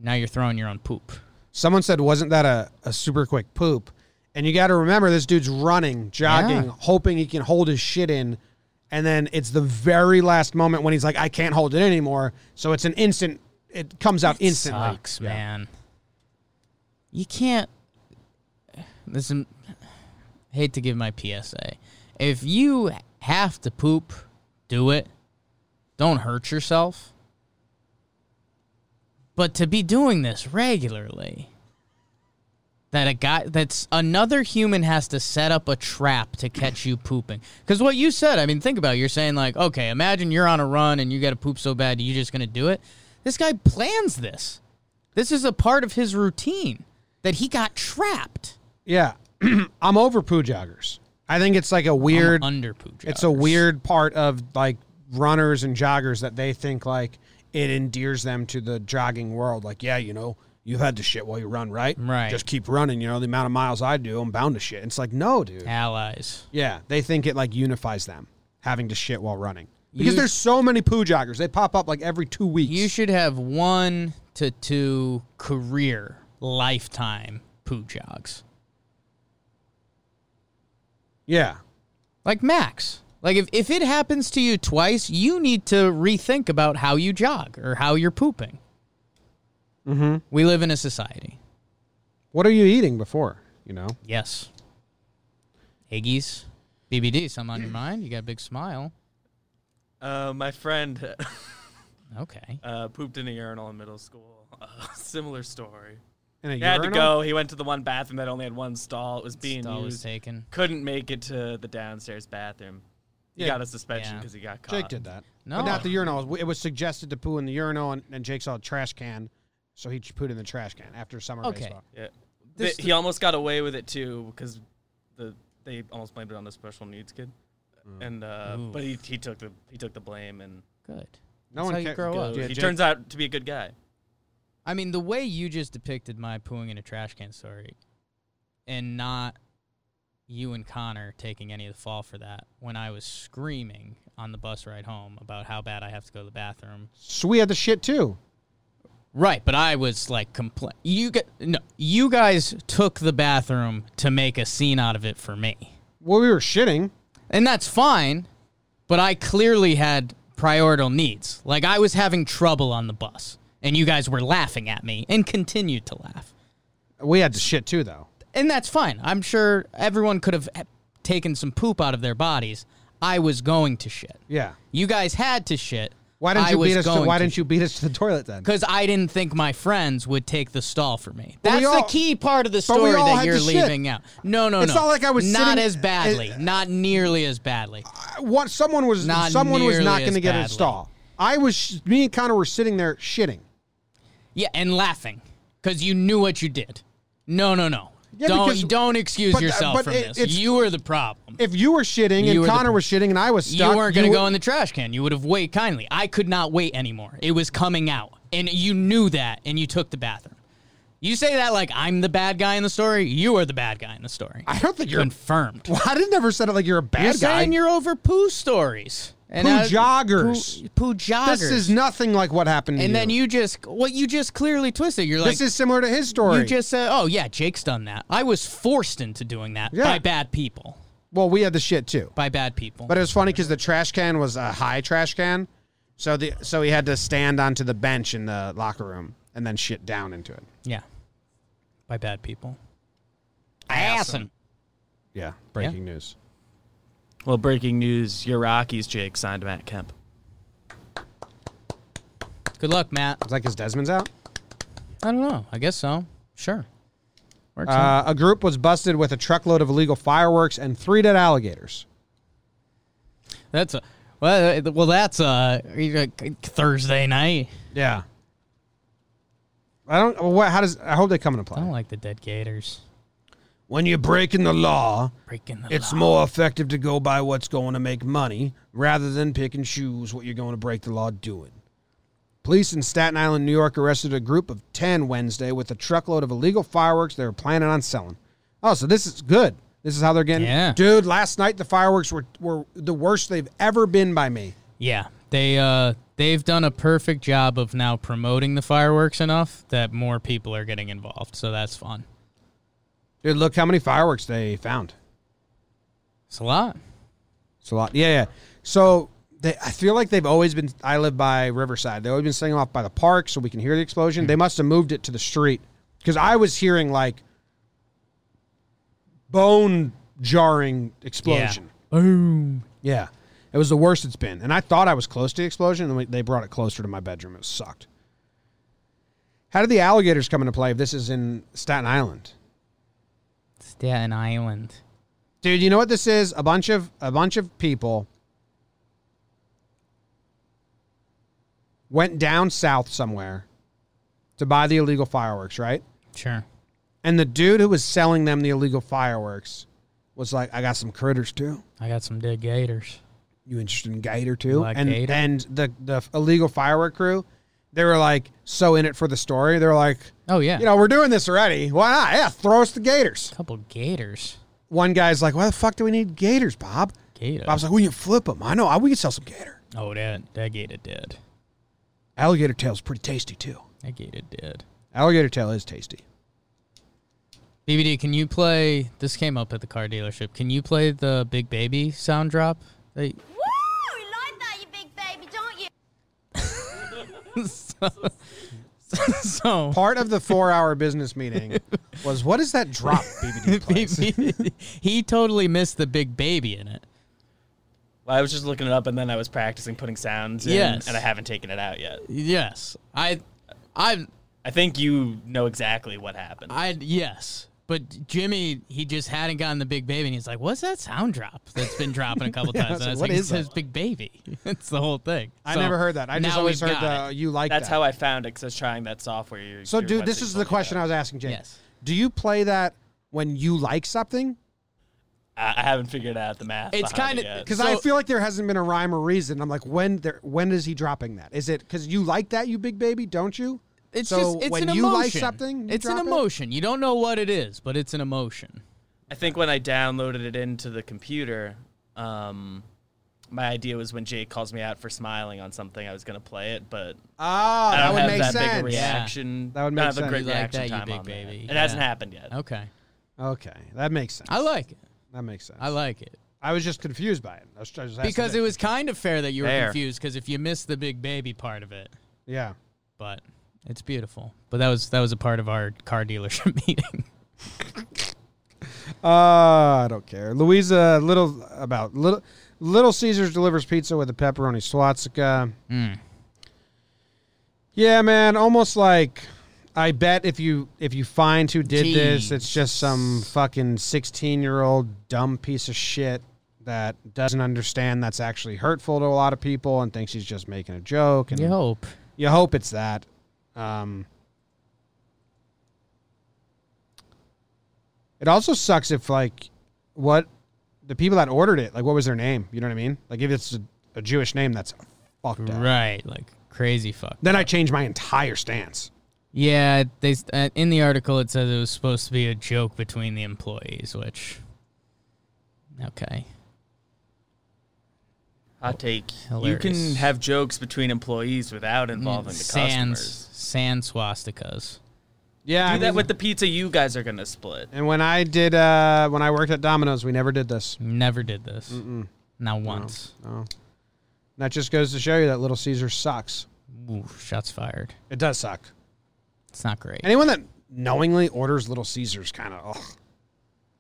[SPEAKER 2] now you're throwing your own poop.
[SPEAKER 1] Someone said, wasn't that a, a super quick poop? And you got to remember, this dude's running, jogging,
[SPEAKER 2] Yeah.
[SPEAKER 1] hoping he can hold his shit in. And then it's the very last moment when he's like, I can't hold it anymore. So it's an instant, it comes out instantly.
[SPEAKER 2] Sucks,
[SPEAKER 1] Yeah.
[SPEAKER 2] man. You can't. Listen, hate to give my PSA. If you have to poop, do it. Don't hurt yourself. But to be doing this regularly, that a guy that's another human has to set up a trap to catch you pooping. Because what you said, I mean, think about it. You're saying like, okay, imagine you're on a run and you got to poop so bad, you just gonna do it. This guy plans this. This is a part of his routine that he got trapped.
[SPEAKER 1] Yeah. (clears throat) I'm over poo joggers. I think it's like a weird.
[SPEAKER 2] under poop.
[SPEAKER 1] It's a
[SPEAKER 2] joggers.
[SPEAKER 1] weird part of like runners and joggers that they think like it endears them to the jogging world. Like, yeah, you know, you had to shit while you run, right?
[SPEAKER 2] Right.
[SPEAKER 1] Just keep running. You know, the amount of miles I do, I'm bound to shit. It's like, no, dude. Yeah,
[SPEAKER 2] allies.
[SPEAKER 1] they think it like unifies them having to shit while running because
[SPEAKER 2] You-
[SPEAKER 1] there's so many poo joggers. They pop up like every two weeks.
[SPEAKER 2] You should have one to two career lifetime poo jogs.
[SPEAKER 1] yeah.
[SPEAKER 2] Like Max. Like if, if it happens to you twice, you need to rethink about how you jog or how you're pooping. Mm-hmm. We live in a society.
[SPEAKER 1] What are you eating before? You know.
[SPEAKER 2] Yes. Iggy's, BBD, something
[SPEAKER 3] (clears throat)
[SPEAKER 2] on your mind? You got a big smile.
[SPEAKER 3] Uh, my friend (laughs)
[SPEAKER 2] Okay.
[SPEAKER 3] uh, pooped in a urinal in middle school. (laughs) similar story.
[SPEAKER 1] In a
[SPEAKER 3] He had to
[SPEAKER 1] urinal?
[SPEAKER 3] go. He went to the one bathroom that only had one stall. It was being
[SPEAKER 2] Stall was
[SPEAKER 3] used.
[SPEAKER 2] taken.
[SPEAKER 3] Couldn't make it to the downstairs bathroom. He
[SPEAKER 1] Yeah.
[SPEAKER 3] got a suspension
[SPEAKER 2] Yeah.
[SPEAKER 3] because he got caught.
[SPEAKER 1] Jake did that.
[SPEAKER 2] No.
[SPEAKER 1] But not the urinal. It was suggested to poo in the urinal, and, and Jake saw a trash can, so he pooed in the trash can after summer
[SPEAKER 2] Okay.
[SPEAKER 1] baseball.
[SPEAKER 3] Yeah.
[SPEAKER 2] This-
[SPEAKER 3] Th- he almost got away with it too because the they almost blamed it on the special needs kid.
[SPEAKER 1] Mm.
[SPEAKER 3] And uh, but he, he took the he took the blame and
[SPEAKER 2] Good.
[SPEAKER 1] No
[SPEAKER 2] That's
[SPEAKER 1] one
[SPEAKER 2] how you
[SPEAKER 1] ca-
[SPEAKER 2] grow up.
[SPEAKER 1] Yeah,
[SPEAKER 3] he
[SPEAKER 1] Jake-
[SPEAKER 3] turns out to be a good guy.
[SPEAKER 2] I mean, the way you just depicted my pooing in a trash can story and not you and Connor taking any of the fall for that when I was screaming on the bus ride home about how bad I have to go to the bathroom.
[SPEAKER 1] So we had the shit too.
[SPEAKER 2] Right, but I was like compla You get no, you guys took the bathroom to make a scene out of it for me.
[SPEAKER 1] Well, we were shitting.
[SPEAKER 2] And that's fine, but I clearly had prioritial needs. Like I was having trouble on the bus and you guys were laughing at me and continued to laugh.
[SPEAKER 1] We had the shit too, though.
[SPEAKER 2] and that's fine. I'm sure everyone could have eh, taken some poop out of their bodies. I was going to shit.
[SPEAKER 1] Yeah.
[SPEAKER 2] You guys had to shit.
[SPEAKER 1] Why didn't
[SPEAKER 2] I
[SPEAKER 1] you
[SPEAKER 2] was
[SPEAKER 1] beat us? To,
[SPEAKER 2] going
[SPEAKER 1] why
[SPEAKER 2] to
[SPEAKER 1] didn't you beat us to the toilet then?
[SPEAKER 2] Because I didn't think my friends would take the stall for me.
[SPEAKER 1] But
[SPEAKER 2] That's
[SPEAKER 1] we
[SPEAKER 2] the
[SPEAKER 1] all-
[SPEAKER 2] key part of the
[SPEAKER 1] but we
[SPEAKER 2] story
[SPEAKER 1] all
[SPEAKER 2] that
[SPEAKER 1] had
[SPEAKER 2] you're
[SPEAKER 1] to shit.
[SPEAKER 2] leaving out. No, no,
[SPEAKER 1] It's
[SPEAKER 2] no.
[SPEAKER 1] not like I was
[SPEAKER 2] not
[SPEAKER 1] sitting-
[SPEAKER 2] as badly,
[SPEAKER 1] it-
[SPEAKER 2] not nearly as badly.
[SPEAKER 1] I- Uh, What? Someone was.
[SPEAKER 2] Not
[SPEAKER 1] someone was not
[SPEAKER 2] nearly
[SPEAKER 1] going to
[SPEAKER 2] as
[SPEAKER 1] get a
[SPEAKER 2] badly.
[SPEAKER 1] stall. I was. sh- Me and Connor were sitting there shitting.
[SPEAKER 2] Yeah, and laughing because you knew what you did. No, no, no.
[SPEAKER 1] Yeah,
[SPEAKER 2] don't
[SPEAKER 1] because-
[SPEAKER 2] don't excuse
[SPEAKER 1] but, uh,
[SPEAKER 2] yourself
[SPEAKER 1] but
[SPEAKER 2] from
[SPEAKER 1] it-
[SPEAKER 2] this.
[SPEAKER 1] it's-
[SPEAKER 2] You were the problem.
[SPEAKER 1] If you were shitting
[SPEAKER 2] You
[SPEAKER 1] and
[SPEAKER 2] were the
[SPEAKER 1] Connor
[SPEAKER 2] pr-
[SPEAKER 1] was shitting and I was stuck,
[SPEAKER 2] you weren't going to
[SPEAKER 1] would-
[SPEAKER 2] go in the trash can. You would have wait kindly. I could not wait anymore. It was coming out, and you knew that, and you took the bathroom. You say that like I'm the bad guy in the story. You are the bad guy in the story.
[SPEAKER 1] I don't think you're-
[SPEAKER 2] confirmed.
[SPEAKER 1] Well, I didn't ever said it like you're a bad
[SPEAKER 2] you're
[SPEAKER 1] guy.
[SPEAKER 2] saying you're over poo stories and
[SPEAKER 1] Poo
[SPEAKER 2] I-
[SPEAKER 1] joggers.
[SPEAKER 2] Poo, poo joggers.
[SPEAKER 1] this is nothing like what happened to
[SPEAKER 2] and
[SPEAKER 1] you.
[SPEAKER 2] then you just well, you just clearly twisted. You're like
[SPEAKER 1] This is similar to his story.
[SPEAKER 2] you just said, oh yeah, Jake's done that. I was forced into doing that
[SPEAKER 1] Yeah.
[SPEAKER 2] by bad people.
[SPEAKER 1] well, we had the shit too.
[SPEAKER 2] By bad people.
[SPEAKER 1] But it was funny because the trash can was a high trash can, so the so he had to stand onto the bench in the locker room and then shit down into it.
[SPEAKER 2] yeah, by bad people. Assing.
[SPEAKER 1] Yeah, breaking news.
[SPEAKER 3] Well, breaking news: your Rockies Jake signed Matt Kemp.
[SPEAKER 2] Good luck, Matt.
[SPEAKER 1] It's like his Desmond's out.
[SPEAKER 2] I don't know. I guess so. Sure. Works. out.
[SPEAKER 1] Uh, a group was busted with a truckload of illegal fireworks and three dead alligators.
[SPEAKER 2] that's a well. uh, Well, that's a Thursday night.
[SPEAKER 1] Yeah. I don't. What? How does? I hope they come into
[SPEAKER 2] I
[SPEAKER 1] play.
[SPEAKER 2] don't like the dead gators
[SPEAKER 1] When you're breaking the law,
[SPEAKER 2] breaking the.
[SPEAKER 1] it's
[SPEAKER 2] law.
[SPEAKER 1] more effective to go by what's going to make money rather than pick and choose what you're going to break the law doing. Police in Staten Island, New York arrested a group of 10 Wednesday with a truckload of illegal fireworks they were planning on selling. Oh, so this is good. This is how they're getting.
[SPEAKER 2] Yeah.
[SPEAKER 1] Dude, last night the fireworks were, were the worst they've ever been by me.
[SPEAKER 2] yeah, they uh they've done a perfect job of now promoting the fireworks enough that more people are getting involved. So that's fun.
[SPEAKER 1] Dude, look how many fireworks they found.
[SPEAKER 2] It's a lot.
[SPEAKER 1] It's a lot. Yeah, yeah. So they, I feel like they've always been. I live by Riverside. They've always been setting off by the park, so we can hear the explosion. They must have moved it to the street because I was hearing like bone jarring explosion.
[SPEAKER 2] Boom.
[SPEAKER 1] Yeah. it was the worst it's been, and I thought I was close to the explosion, and we- they brought it closer to my bedroom. It sucked. How did the alligators come into play? If this is in Staten Island.
[SPEAKER 2] Staten Island.
[SPEAKER 1] dude you know what this is a bunch of a bunch of people went down south somewhere to buy the illegal fireworks right
[SPEAKER 2] Sure.
[SPEAKER 1] and the dude who was selling them the illegal fireworks was like i got some critters too
[SPEAKER 2] I got some dead gators.
[SPEAKER 1] you interested in gator too
[SPEAKER 2] Like
[SPEAKER 1] and
[SPEAKER 2] gator?
[SPEAKER 1] and the the illegal firework crew they were like so in it for the story they're like
[SPEAKER 2] Oh yeah.
[SPEAKER 1] you know we're doing this already why not yeah throw us the gators
[SPEAKER 2] a couple gators.
[SPEAKER 1] one guy's like why the fuck do we need gators bob
[SPEAKER 2] Gator.
[SPEAKER 1] Bob's like, we can flip them. I know. I, we can sell some gator.
[SPEAKER 2] oh, that that gator did.
[SPEAKER 1] Alligator tail's pretty tasty too.
[SPEAKER 2] That gator did.
[SPEAKER 1] Alligator tail is tasty.
[SPEAKER 2] BBD, can you play? This came up at the car dealership. Can you play the Big Baby sound drop? They- (laughs)
[SPEAKER 8] You like that, you big baby, don't you?
[SPEAKER 2] so, so
[SPEAKER 1] Part of the four-hour business (laughs) meeting was what is that (laughs) drop
[SPEAKER 2] (laughs)
[SPEAKER 1] BBD plays?
[SPEAKER 2] BBD, he totally missed the Big Baby in it.
[SPEAKER 3] Well, I was just looking it up, and then I was practicing putting sounds in,
[SPEAKER 2] Yes.
[SPEAKER 3] and I haven't taken it out yet.
[SPEAKER 2] Yes, I, I,
[SPEAKER 3] I think you know exactly what happened.
[SPEAKER 2] I. Yes, but Jimmy, he just hadn't gotten the Big Baby, and he's like, "What's that sound drop that's been dropping
[SPEAKER 1] (laughs)
[SPEAKER 2] a couple times?" And
[SPEAKER 1] I
[SPEAKER 2] I
[SPEAKER 1] was
[SPEAKER 2] was
[SPEAKER 1] like, "What
[SPEAKER 2] like, "It
[SPEAKER 1] is that?"
[SPEAKER 2] says Big Baby." (laughs) It's the whole thing.
[SPEAKER 1] I
[SPEAKER 2] So,
[SPEAKER 1] never heard that. I just
[SPEAKER 2] now
[SPEAKER 1] always
[SPEAKER 2] we've
[SPEAKER 1] heard
[SPEAKER 2] got
[SPEAKER 1] the
[SPEAKER 2] it.
[SPEAKER 1] you like
[SPEAKER 3] That's
[SPEAKER 1] that.
[SPEAKER 3] how I found it because I was trying that software. Your,
[SPEAKER 1] So,
[SPEAKER 3] your
[SPEAKER 1] dude,
[SPEAKER 3] website
[SPEAKER 1] this is
[SPEAKER 3] told
[SPEAKER 1] the
[SPEAKER 3] me
[SPEAKER 1] question I
[SPEAKER 3] about.
[SPEAKER 1] was asking, Jake.
[SPEAKER 2] Yes.
[SPEAKER 1] Do you play that when you like something?
[SPEAKER 3] I, I haven't figured out the math.
[SPEAKER 2] It's
[SPEAKER 3] behind it
[SPEAKER 2] kinda-
[SPEAKER 3] yet.
[SPEAKER 1] Because I
[SPEAKER 2] So-
[SPEAKER 1] feel like there hasn't been a rhyme or reason. I'm like, when there, when is he dropping that? Is it because you like that, you big baby? Don't you?
[SPEAKER 2] It's
[SPEAKER 1] So
[SPEAKER 2] just it's
[SPEAKER 1] when
[SPEAKER 2] an
[SPEAKER 1] you
[SPEAKER 2] emotion.
[SPEAKER 1] like something, you
[SPEAKER 2] it's an
[SPEAKER 1] drop it?
[SPEAKER 2] emotion. You don't know what it is, but it's an emotion.
[SPEAKER 3] I think when I downloaded it into the computer, um, my idea was when Jake calls me out for smiling on something, I was going to play it, but
[SPEAKER 1] Ah,
[SPEAKER 3] I
[SPEAKER 1] that
[SPEAKER 3] don't
[SPEAKER 1] would
[SPEAKER 3] have
[SPEAKER 1] make
[SPEAKER 3] that big a
[SPEAKER 1] sense.
[SPEAKER 3] reaction.
[SPEAKER 1] That would
[SPEAKER 3] I
[SPEAKER 1] make
[SPEAKER 3] don't have
[SPEAKER 1] sense.
[SPEAKER 3] a great
[SPEAKER 2] You like
[SPEAKER 3] reaction
[SPEAKER 2] that, you
[SPEAKER 3] time
[SPEAKER 2] big
[SPEAKER 3] on that.
[SPEAKER 2] baby.
[SPEAKER 3] It hasn't
[SPEAKER 2] Yeah.
[SPEAKER 3] happened yet.
[SPEAKER 2] Okay,
[SPEAKER 1] Okay, that makes sense.
[SPEAKER 2] I like it.
[SPEAKER 1] that makes sense.
[SPEAKER 2] I like it
[SPEAKER 1] I was just confused by it. I was, I was asking
[SPEAKER 2] because
[SPEAKER 1] Nick.
[SPEAKER 2] it was kind of fair that you were
[SPEAKER 3] Fair.
[SPEAKER 2] confused because if you missed the big baby part of it,
[SPEAKER 1] yeah.
[SPEAKER 2] but it's beautiful. But that was that was a part of our car dealership (laughs) meeting.
[SPEAKER 1] Uh, I don't care. Louisa little about little Little Caesars delivers pizza with a pepperoni swastika.
[SPEAKER 2] Hmm.
[SPEAKER 1] Yeah, man, almost like I bet if you if you find who did this, it's just some fucking sixteen year old dumb piece of shit that doesn't understand that's actually hurtful to a lot of people and thinks he's just making a joke. And
[SPEAKER 2] You hope.
[SPEAKER 1] you hope it's that. Um, it also sucks if like what the people that ordered it, like what was their name? You know what I mean? Like if it's a, a Jewish name, that's fucked up.
[SPEAKER 2] Right, like crazy fuck.
[SPEAKER 1] Then I change my entire stance.
[SPEAKER 2] Yeah, they s- uh, in the article it says it was supposed to be a joke between the employees, which okay.
[SPEAKER 3] Hot take. You can
[SPEAKER 2] Hilarious.
[SPEAKER 3] have jokes between employees without involving the
[SPEAKER 2] sans
[SPEAKER 3] customers.
[SPEAKER 2] sans swastikas.
[SPEAKER 1] Yeah,
[SPEAKER 3] Do that with the pizza you guys are going to split.
[SPEAKER 1] and when I did, uh, when I worked at Domino's, we never did this.
[SPEAKER 2] Never did this. Not once.
[SPEAKER 1] And that just goes to show you that Little Caesar sucks.
[SPEAKER 2] Ooh, shots fired.
[SPEAKER 1] It does suck.
[SPEAKER 2] It's not great.
[SPEAKER 1] Anyone that knowingly orders Little Caesars, kind of, ugh.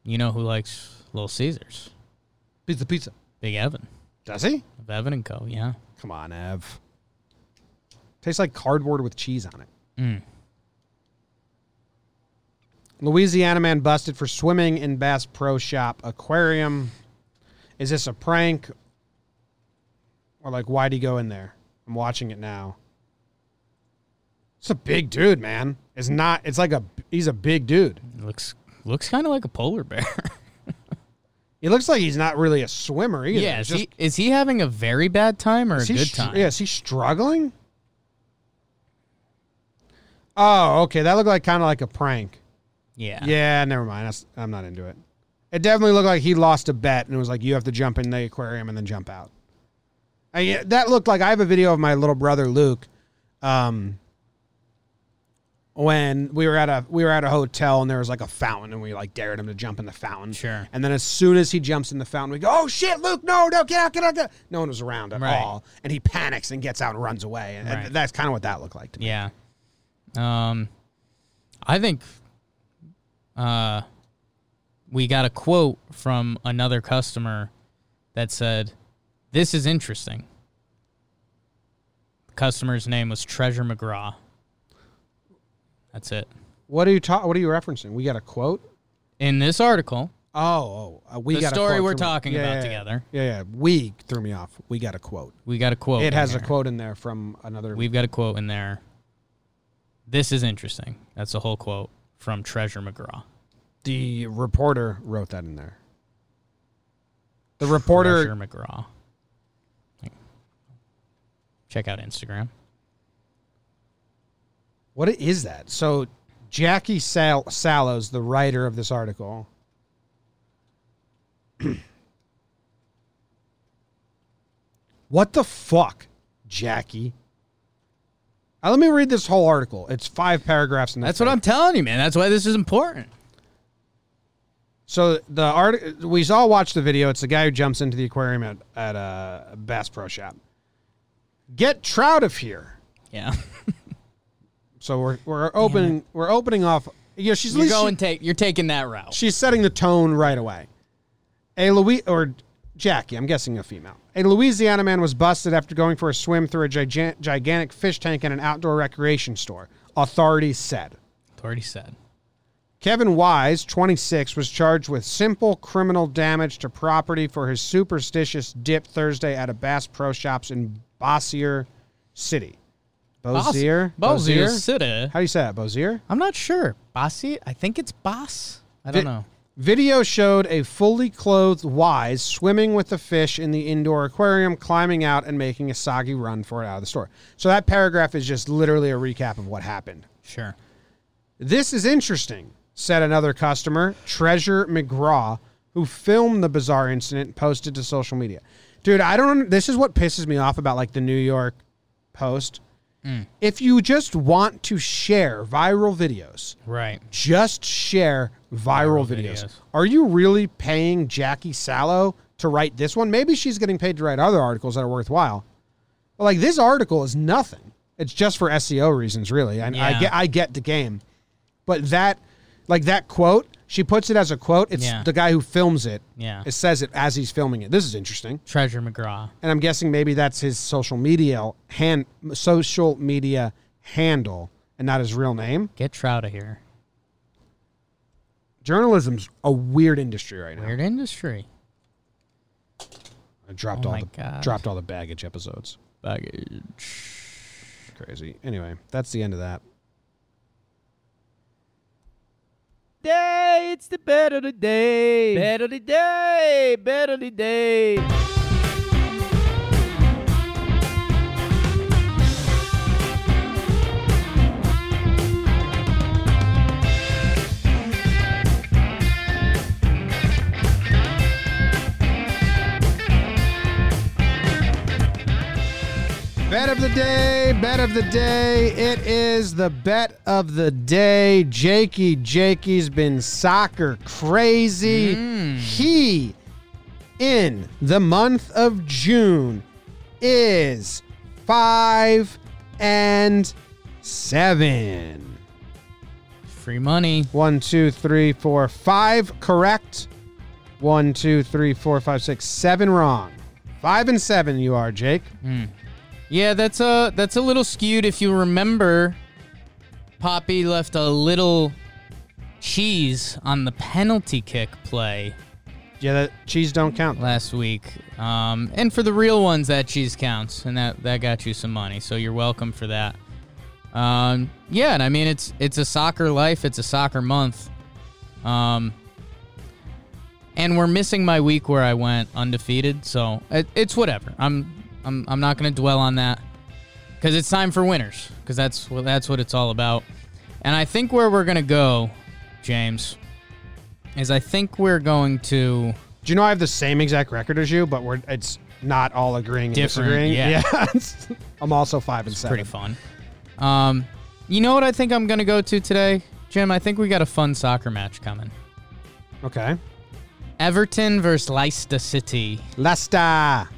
[SPEAKER 2] You know who likes Little Caesars?
[SPEAKER 1] Pizza, pizza.
[SPEAKER 2] Big Evan
[SPEAKER 1] Does he?
[SPEAKER 2] of Evan and Co. Yeah,
[SPEAKER 1] Come on, Ev. Tastes like cardboard with cheese on it. Louisiana man busted for swimming in Bass Pro Shop aquarium. Is this a prank? Or like, why'd he go in there? I'm watching it now. It's a big dude, man. It's not. It's like a. He's a big dude.
[SPEAKER 2] It looks looks kind of like a polar bear. (laughs)
[SPEAKER 1] He looks like he's not really a swimmer either.
[SPEAKER 2] yeah,
[SPEAKER 1] It's
[SPEAKER 2] is,
[SPEAKER 1] just-
[SPEAKER 2] he, is he having a very bad time or a
[SPEAKER 1] Is he
[SPEAKER 2] good
[SPEAKER 1] str-
[SPEAKER 2] time?
[SPEAKER 1] Yeah, is he struggling? Oh, okay. That looked like kind of like a prank.
[SPEAKER 2] yeah,
[SPEAKER 1] Yeah, never mind. That's, I'm not into it. It definitely looked like he lost a bet and it was like, you have to jump in the aquarium and then jump out. I, yeah, that looked like I have a video of my little brother Luke, um, when we were at a we were at a hotel and there was like a fountain and we like dared him to jump in the fountain.
[SPEAKER 2] Sure.
[SPEAKER 1] And then as soon as he jumps in the fountain, we go, "Oh shit, Luke! No, no, get out, get out!" Get out. No one was around at
[SPEAKER 2] Right.
[SPEAKER 1] all, and he panics and gets out and runs away. And
[SPEAKER 2] Right.
[SPEAKER 1] that's kind of what that looked like to me.
[SPEAKER 2] Yeah. Um, I think uh, we got a quote from another customer that said, This is interesting. The customer's name was Treasure McGraw. That's it.
[SPEAKER 1] What are you ta- What are you referencing? We got a quote.
[SPEAKER 2] In this article,
[SPEAKER 1] Oh, oh, uh, we
[SPEAKER 2] The
[SPEAKER 1] got a
[SPEAKER 2] story
[SPEAKER 1] quote
[SPEAKER 2] we're
[SPEAKER 1] threw me-
[SPEAKER 2] talking about together.
[SPEAKER 1] Yeah, yeah, we threw me off. We got a quote.
[SPEAKER 2] we got a quote.
[SPEAKER 1] it
[SPEAKER 2] in
[SPEAKER 1] has
[SPEAKER 2] here.
[SPEAKER 1] a quote in there from another.
[SPEAKER 2] We've got a quote in there. This is interesting. That's the whole quote from Treasure McGraw.
[SPEAKER 1] the reporter wrote that in there. The reporter.
[SPEAKER 2] Treasure McGraw. Check out Instagram.
[SPEAKER 1] What is that? So, Jackie Sal- Sallows, the writer of this article. (clears throat) what the fuck, Jackie? Uh, let me read this whole article. It's five paragraphs. And
[SPEAKER 2] That's what I'm telling you, man. That's why this is important.
[SPEAKER 1] So the art we all watched the video. It's the guy who jumps into the aquarium at at a Bass Pro Shop. Get trout of here.
[SPEAKER 2] (laughs) Yeah.
[SPEAKER 1] So we're we're opening we're opening off. You know, she's at
[SPEAKER 2] you're
[SPEAKER 1] least she-
[SPEAKER 2] going take you're taking that route.
[SPEAKER 1] she's setting the tone right away. A Louis or Jackie, I'm guessing a female. A Louisiana man was busted after going for a swim through a gigan- gigantic fish tank at an outdoor recreation store. Authorities said.
[SPEAKER 2] Already said.
[SPEAKER 1] Kevin Wise, 26, was charged with simple criminal damage to property for his superstitious dip Thursday at a Bass Pro Shops in Bossier City. Bossier?
[SPEAKER 2] Bossier City.
[SPEAKER 1] How do you say that? Bossier?
[SPEAKER 2] I'm not sure. Bossy? I think it's Boss. I don't
[SPEAKER 1] Vi-
[SPEAKER 2] know.
[SPEAKER 1] Video showed a fully clothed Wise swimming with the fish in the indoor aquarium, climbing out and making a soggy run for it out of the store. So that paragraph is just literally a recap of what happened.
[SPEAKER 2] Sure.
[SPEAKER 1] This is interesting, said another customer, Treasure McGraw, who filmed the bizarre incident and posted to social media. Dude, I don't. This is what pisses me off about like the New York Post. If you just want to share viral videos,
[SPEAKER 2] Right.
[SPEAKER 1] just share viral, videos.
[SPEAKER 2] videos.
[SPEAKER 1] Are you really paying Jackie Sallow to write this one? Maybe she's getting paid to write other articles that are worthwhile. But like this article is nothing. It's just for SEO reasons, really. And I
[SPEAKER 2] Yeah.
[SPEAKER 1] get I get the game. But that like that quote, she puts it as a quote. It's
[SPEAKER 2] Yeah.
[SPEAKER 1] the guy who films it.
[SPEAKER 2] Yeah.
[SPEAKER 1] It says it as he's filming it. This is interesting.
[SPEAKER 2] Treasure McGraw.
[SPEAKER 1] And I'm guessing maybe that's his social media hand social media handle and not his real name
[SPEAKER 2] Get Trout of here.
[SPEAKER 1] journalism's a weird industry right now.
[SPEAKER 2] Weird industry.
[SPEAKER 1] I dropped
[SPEAKER 2] Oh
[SPEAKER 1] all
[SPEAKER 2] my
[SPEAKER 1] the
[SPEAKER 2] God.
[SPEAKER 1] dropped all the baggage episodes.
[SPEAKER 2] Baggage.
[SPEAKER 1] Crazy. Anyway, that's the end of that.
[SPEAKER 9] Day, it's the better the day. Better the day, better the day.
[SPEAKER 1] Bet of the day, bet of the day. It is the bet of the day. Jakey Jakey's been soccer crazy. He in the month of June is 5 and 7.
[SPEAKER 2] Free money.
[SPEAKER 1] One, two, three, four, five correct. One, two, three, four, five, six, seven wrong. Five and seven you are, Jake.
[SPEAKER 2] Yeah, that's a that's a little skewed. If you remember, Poppy left a little cheese on the penalty kick play
[SPEAKER 1] Yeah, that cheese don't count.
[SPEAKER 2] last week. Um, and for the real ones, that cheese counts, and that that got you some money. So you're welcome for that. Um, yeah, and I mean it's it's a soccer life. It's a soccer month. Um, and we're missing my week where I went undefeated. So it, it's whatever. I'm I'm I'm not gonna dwell on that because it's time for winners. Because that's what that's what it's all about. And I think where we're gonna go, James, is I think we're going to.
[SPEAKER 1] Do you know I have the same exact record as you, but we're it's not all agreeing and
[SPEAKER 2] Different,
[SPEAKER 1] disagreeing.
[SPEAKER 2] yeah.
[SPEAKER 1] it's- (laughs) I'm also five and seven.
[SPEAKER 2] pretty fun. Um, you know what I think I'm gonna go to today, Jim? I think we got a fun soccer match coming.
[SPEAKER 1] Okay.
[SPEAKER 2] Everton versus Leicester City.
[SPEAKER 1] Leicester.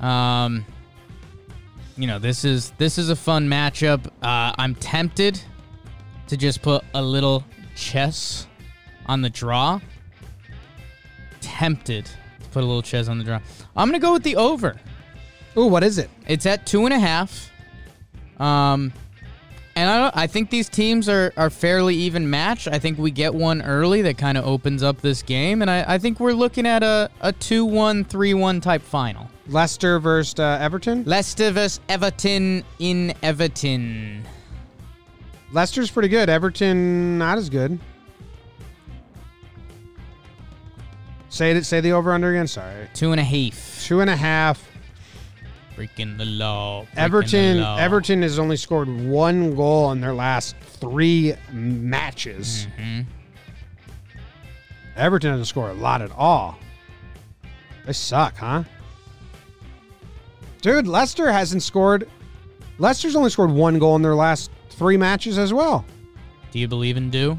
[SPEAKER 2] Um, you know this is this is a fun matchup. Uh, I'm tempted to just put a little chess on the draw. Tempted to put a little chess on the draw. I'm gonna go with the over.
[SPEAKER 1] Ooh, what is it?
[SPEAKER 2] It's at two and a half. Um, and I, don't, I think these teams are, are fairly even matched. I think we get one early that kind of opens up this game. And I, I think we're looking at a, a 2 1, 3 1 type final.
[SPEAKER 1] Leicester versus uh, Everton.
[SPEAKER 2] Leicester versus Everton in Everton.
[SPEAKER 1] Leicester's pretty good. Everton not as good. Say it. Say the over under again. Sorry.
[SPEAKER 2] Two and a half.
[SPEAKER 1] Two and a half.
[SPEAKER 2] Breaking the law. breaking the
[SPEAKER 1] Everton.
[SPEAKER 2] law.
[SPEAKER 1] Everton has only scored one goal in their last three matches. Everton doesn't score a lot at all. They suck, huh? Dude, Leicester hasn't scored. Leicester's only scored one goal in their last three matches as well.
[SPEAKER 2] Do you believe in do?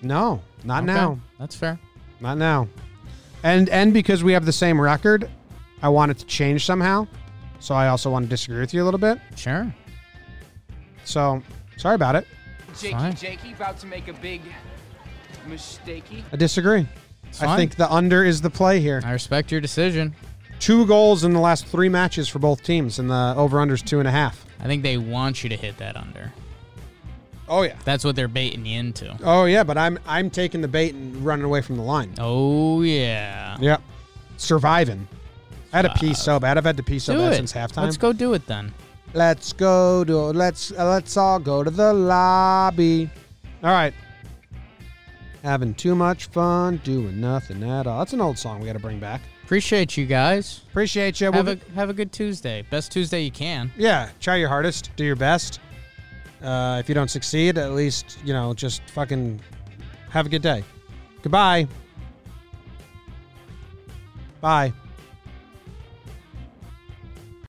[SPEAKER 1] No, not
[SPEAKER 2] Okay,
[SPEAKER 1] now.
[SPEAKER 2] That's fair.
[SPEAKER 1] Not now. And and because we have the same record, I want it to change somehow. So I also want to disagree with you a little bit.
[SPEAKER 2] Sure.
[SPEAKER 1] So sorry about it.
[SPEAKER 9] Jakey,
[SPEAKER 2] fine.
[SPEAKER 9] Jakey, about to make a big mistakey.
[SPEAKER 1] I disagree. I
[SPEAKER 2] fine.
[SPEAKER 1] think the under is the play here.
[SPEAKER 2] I respect your decision.
[SPEAKER 1] Two goals in the last three matches for both teams, and the over under is two and a half.
[SPEAKER 2] I think they want you to hit that under.
[SPEAKER 1] Oh yeah.
[SPEAKER 2] That's what they're baiting you into.
[SPEAKER 1] Oh yeah, but I'm I'm taking the bait and running away from the line.
[SPEAKER 2] Oh, yeah.
[SPEAKER 1] Yep. Surviving. I had to pee so bad. I've had to pee so
[SPEAKER 2] do
[SPEAKER 1] bad
[SPEAKER 2] it.
[SPEAKER 1] since halftime.
[SPEAKER 2] Let's go do it then.
[SPEAKER 1] Let's go to let's uh, let's all go to the lobby. All right. Having too much fun, doing nothing at all. That's an old song we got to bring back.
[SPEAKER 2] Appreciate you guys.
[SPEAKER 1] Appreciate you.
[SPEAKER 2] Have a have a good Tuesday. Best Tuesday you can.
[SPEAKER 1] yeah, try your hardest, do your best. Uh, if you don't succeed, at least you know just fucking have a good day. Goodbye. Bye.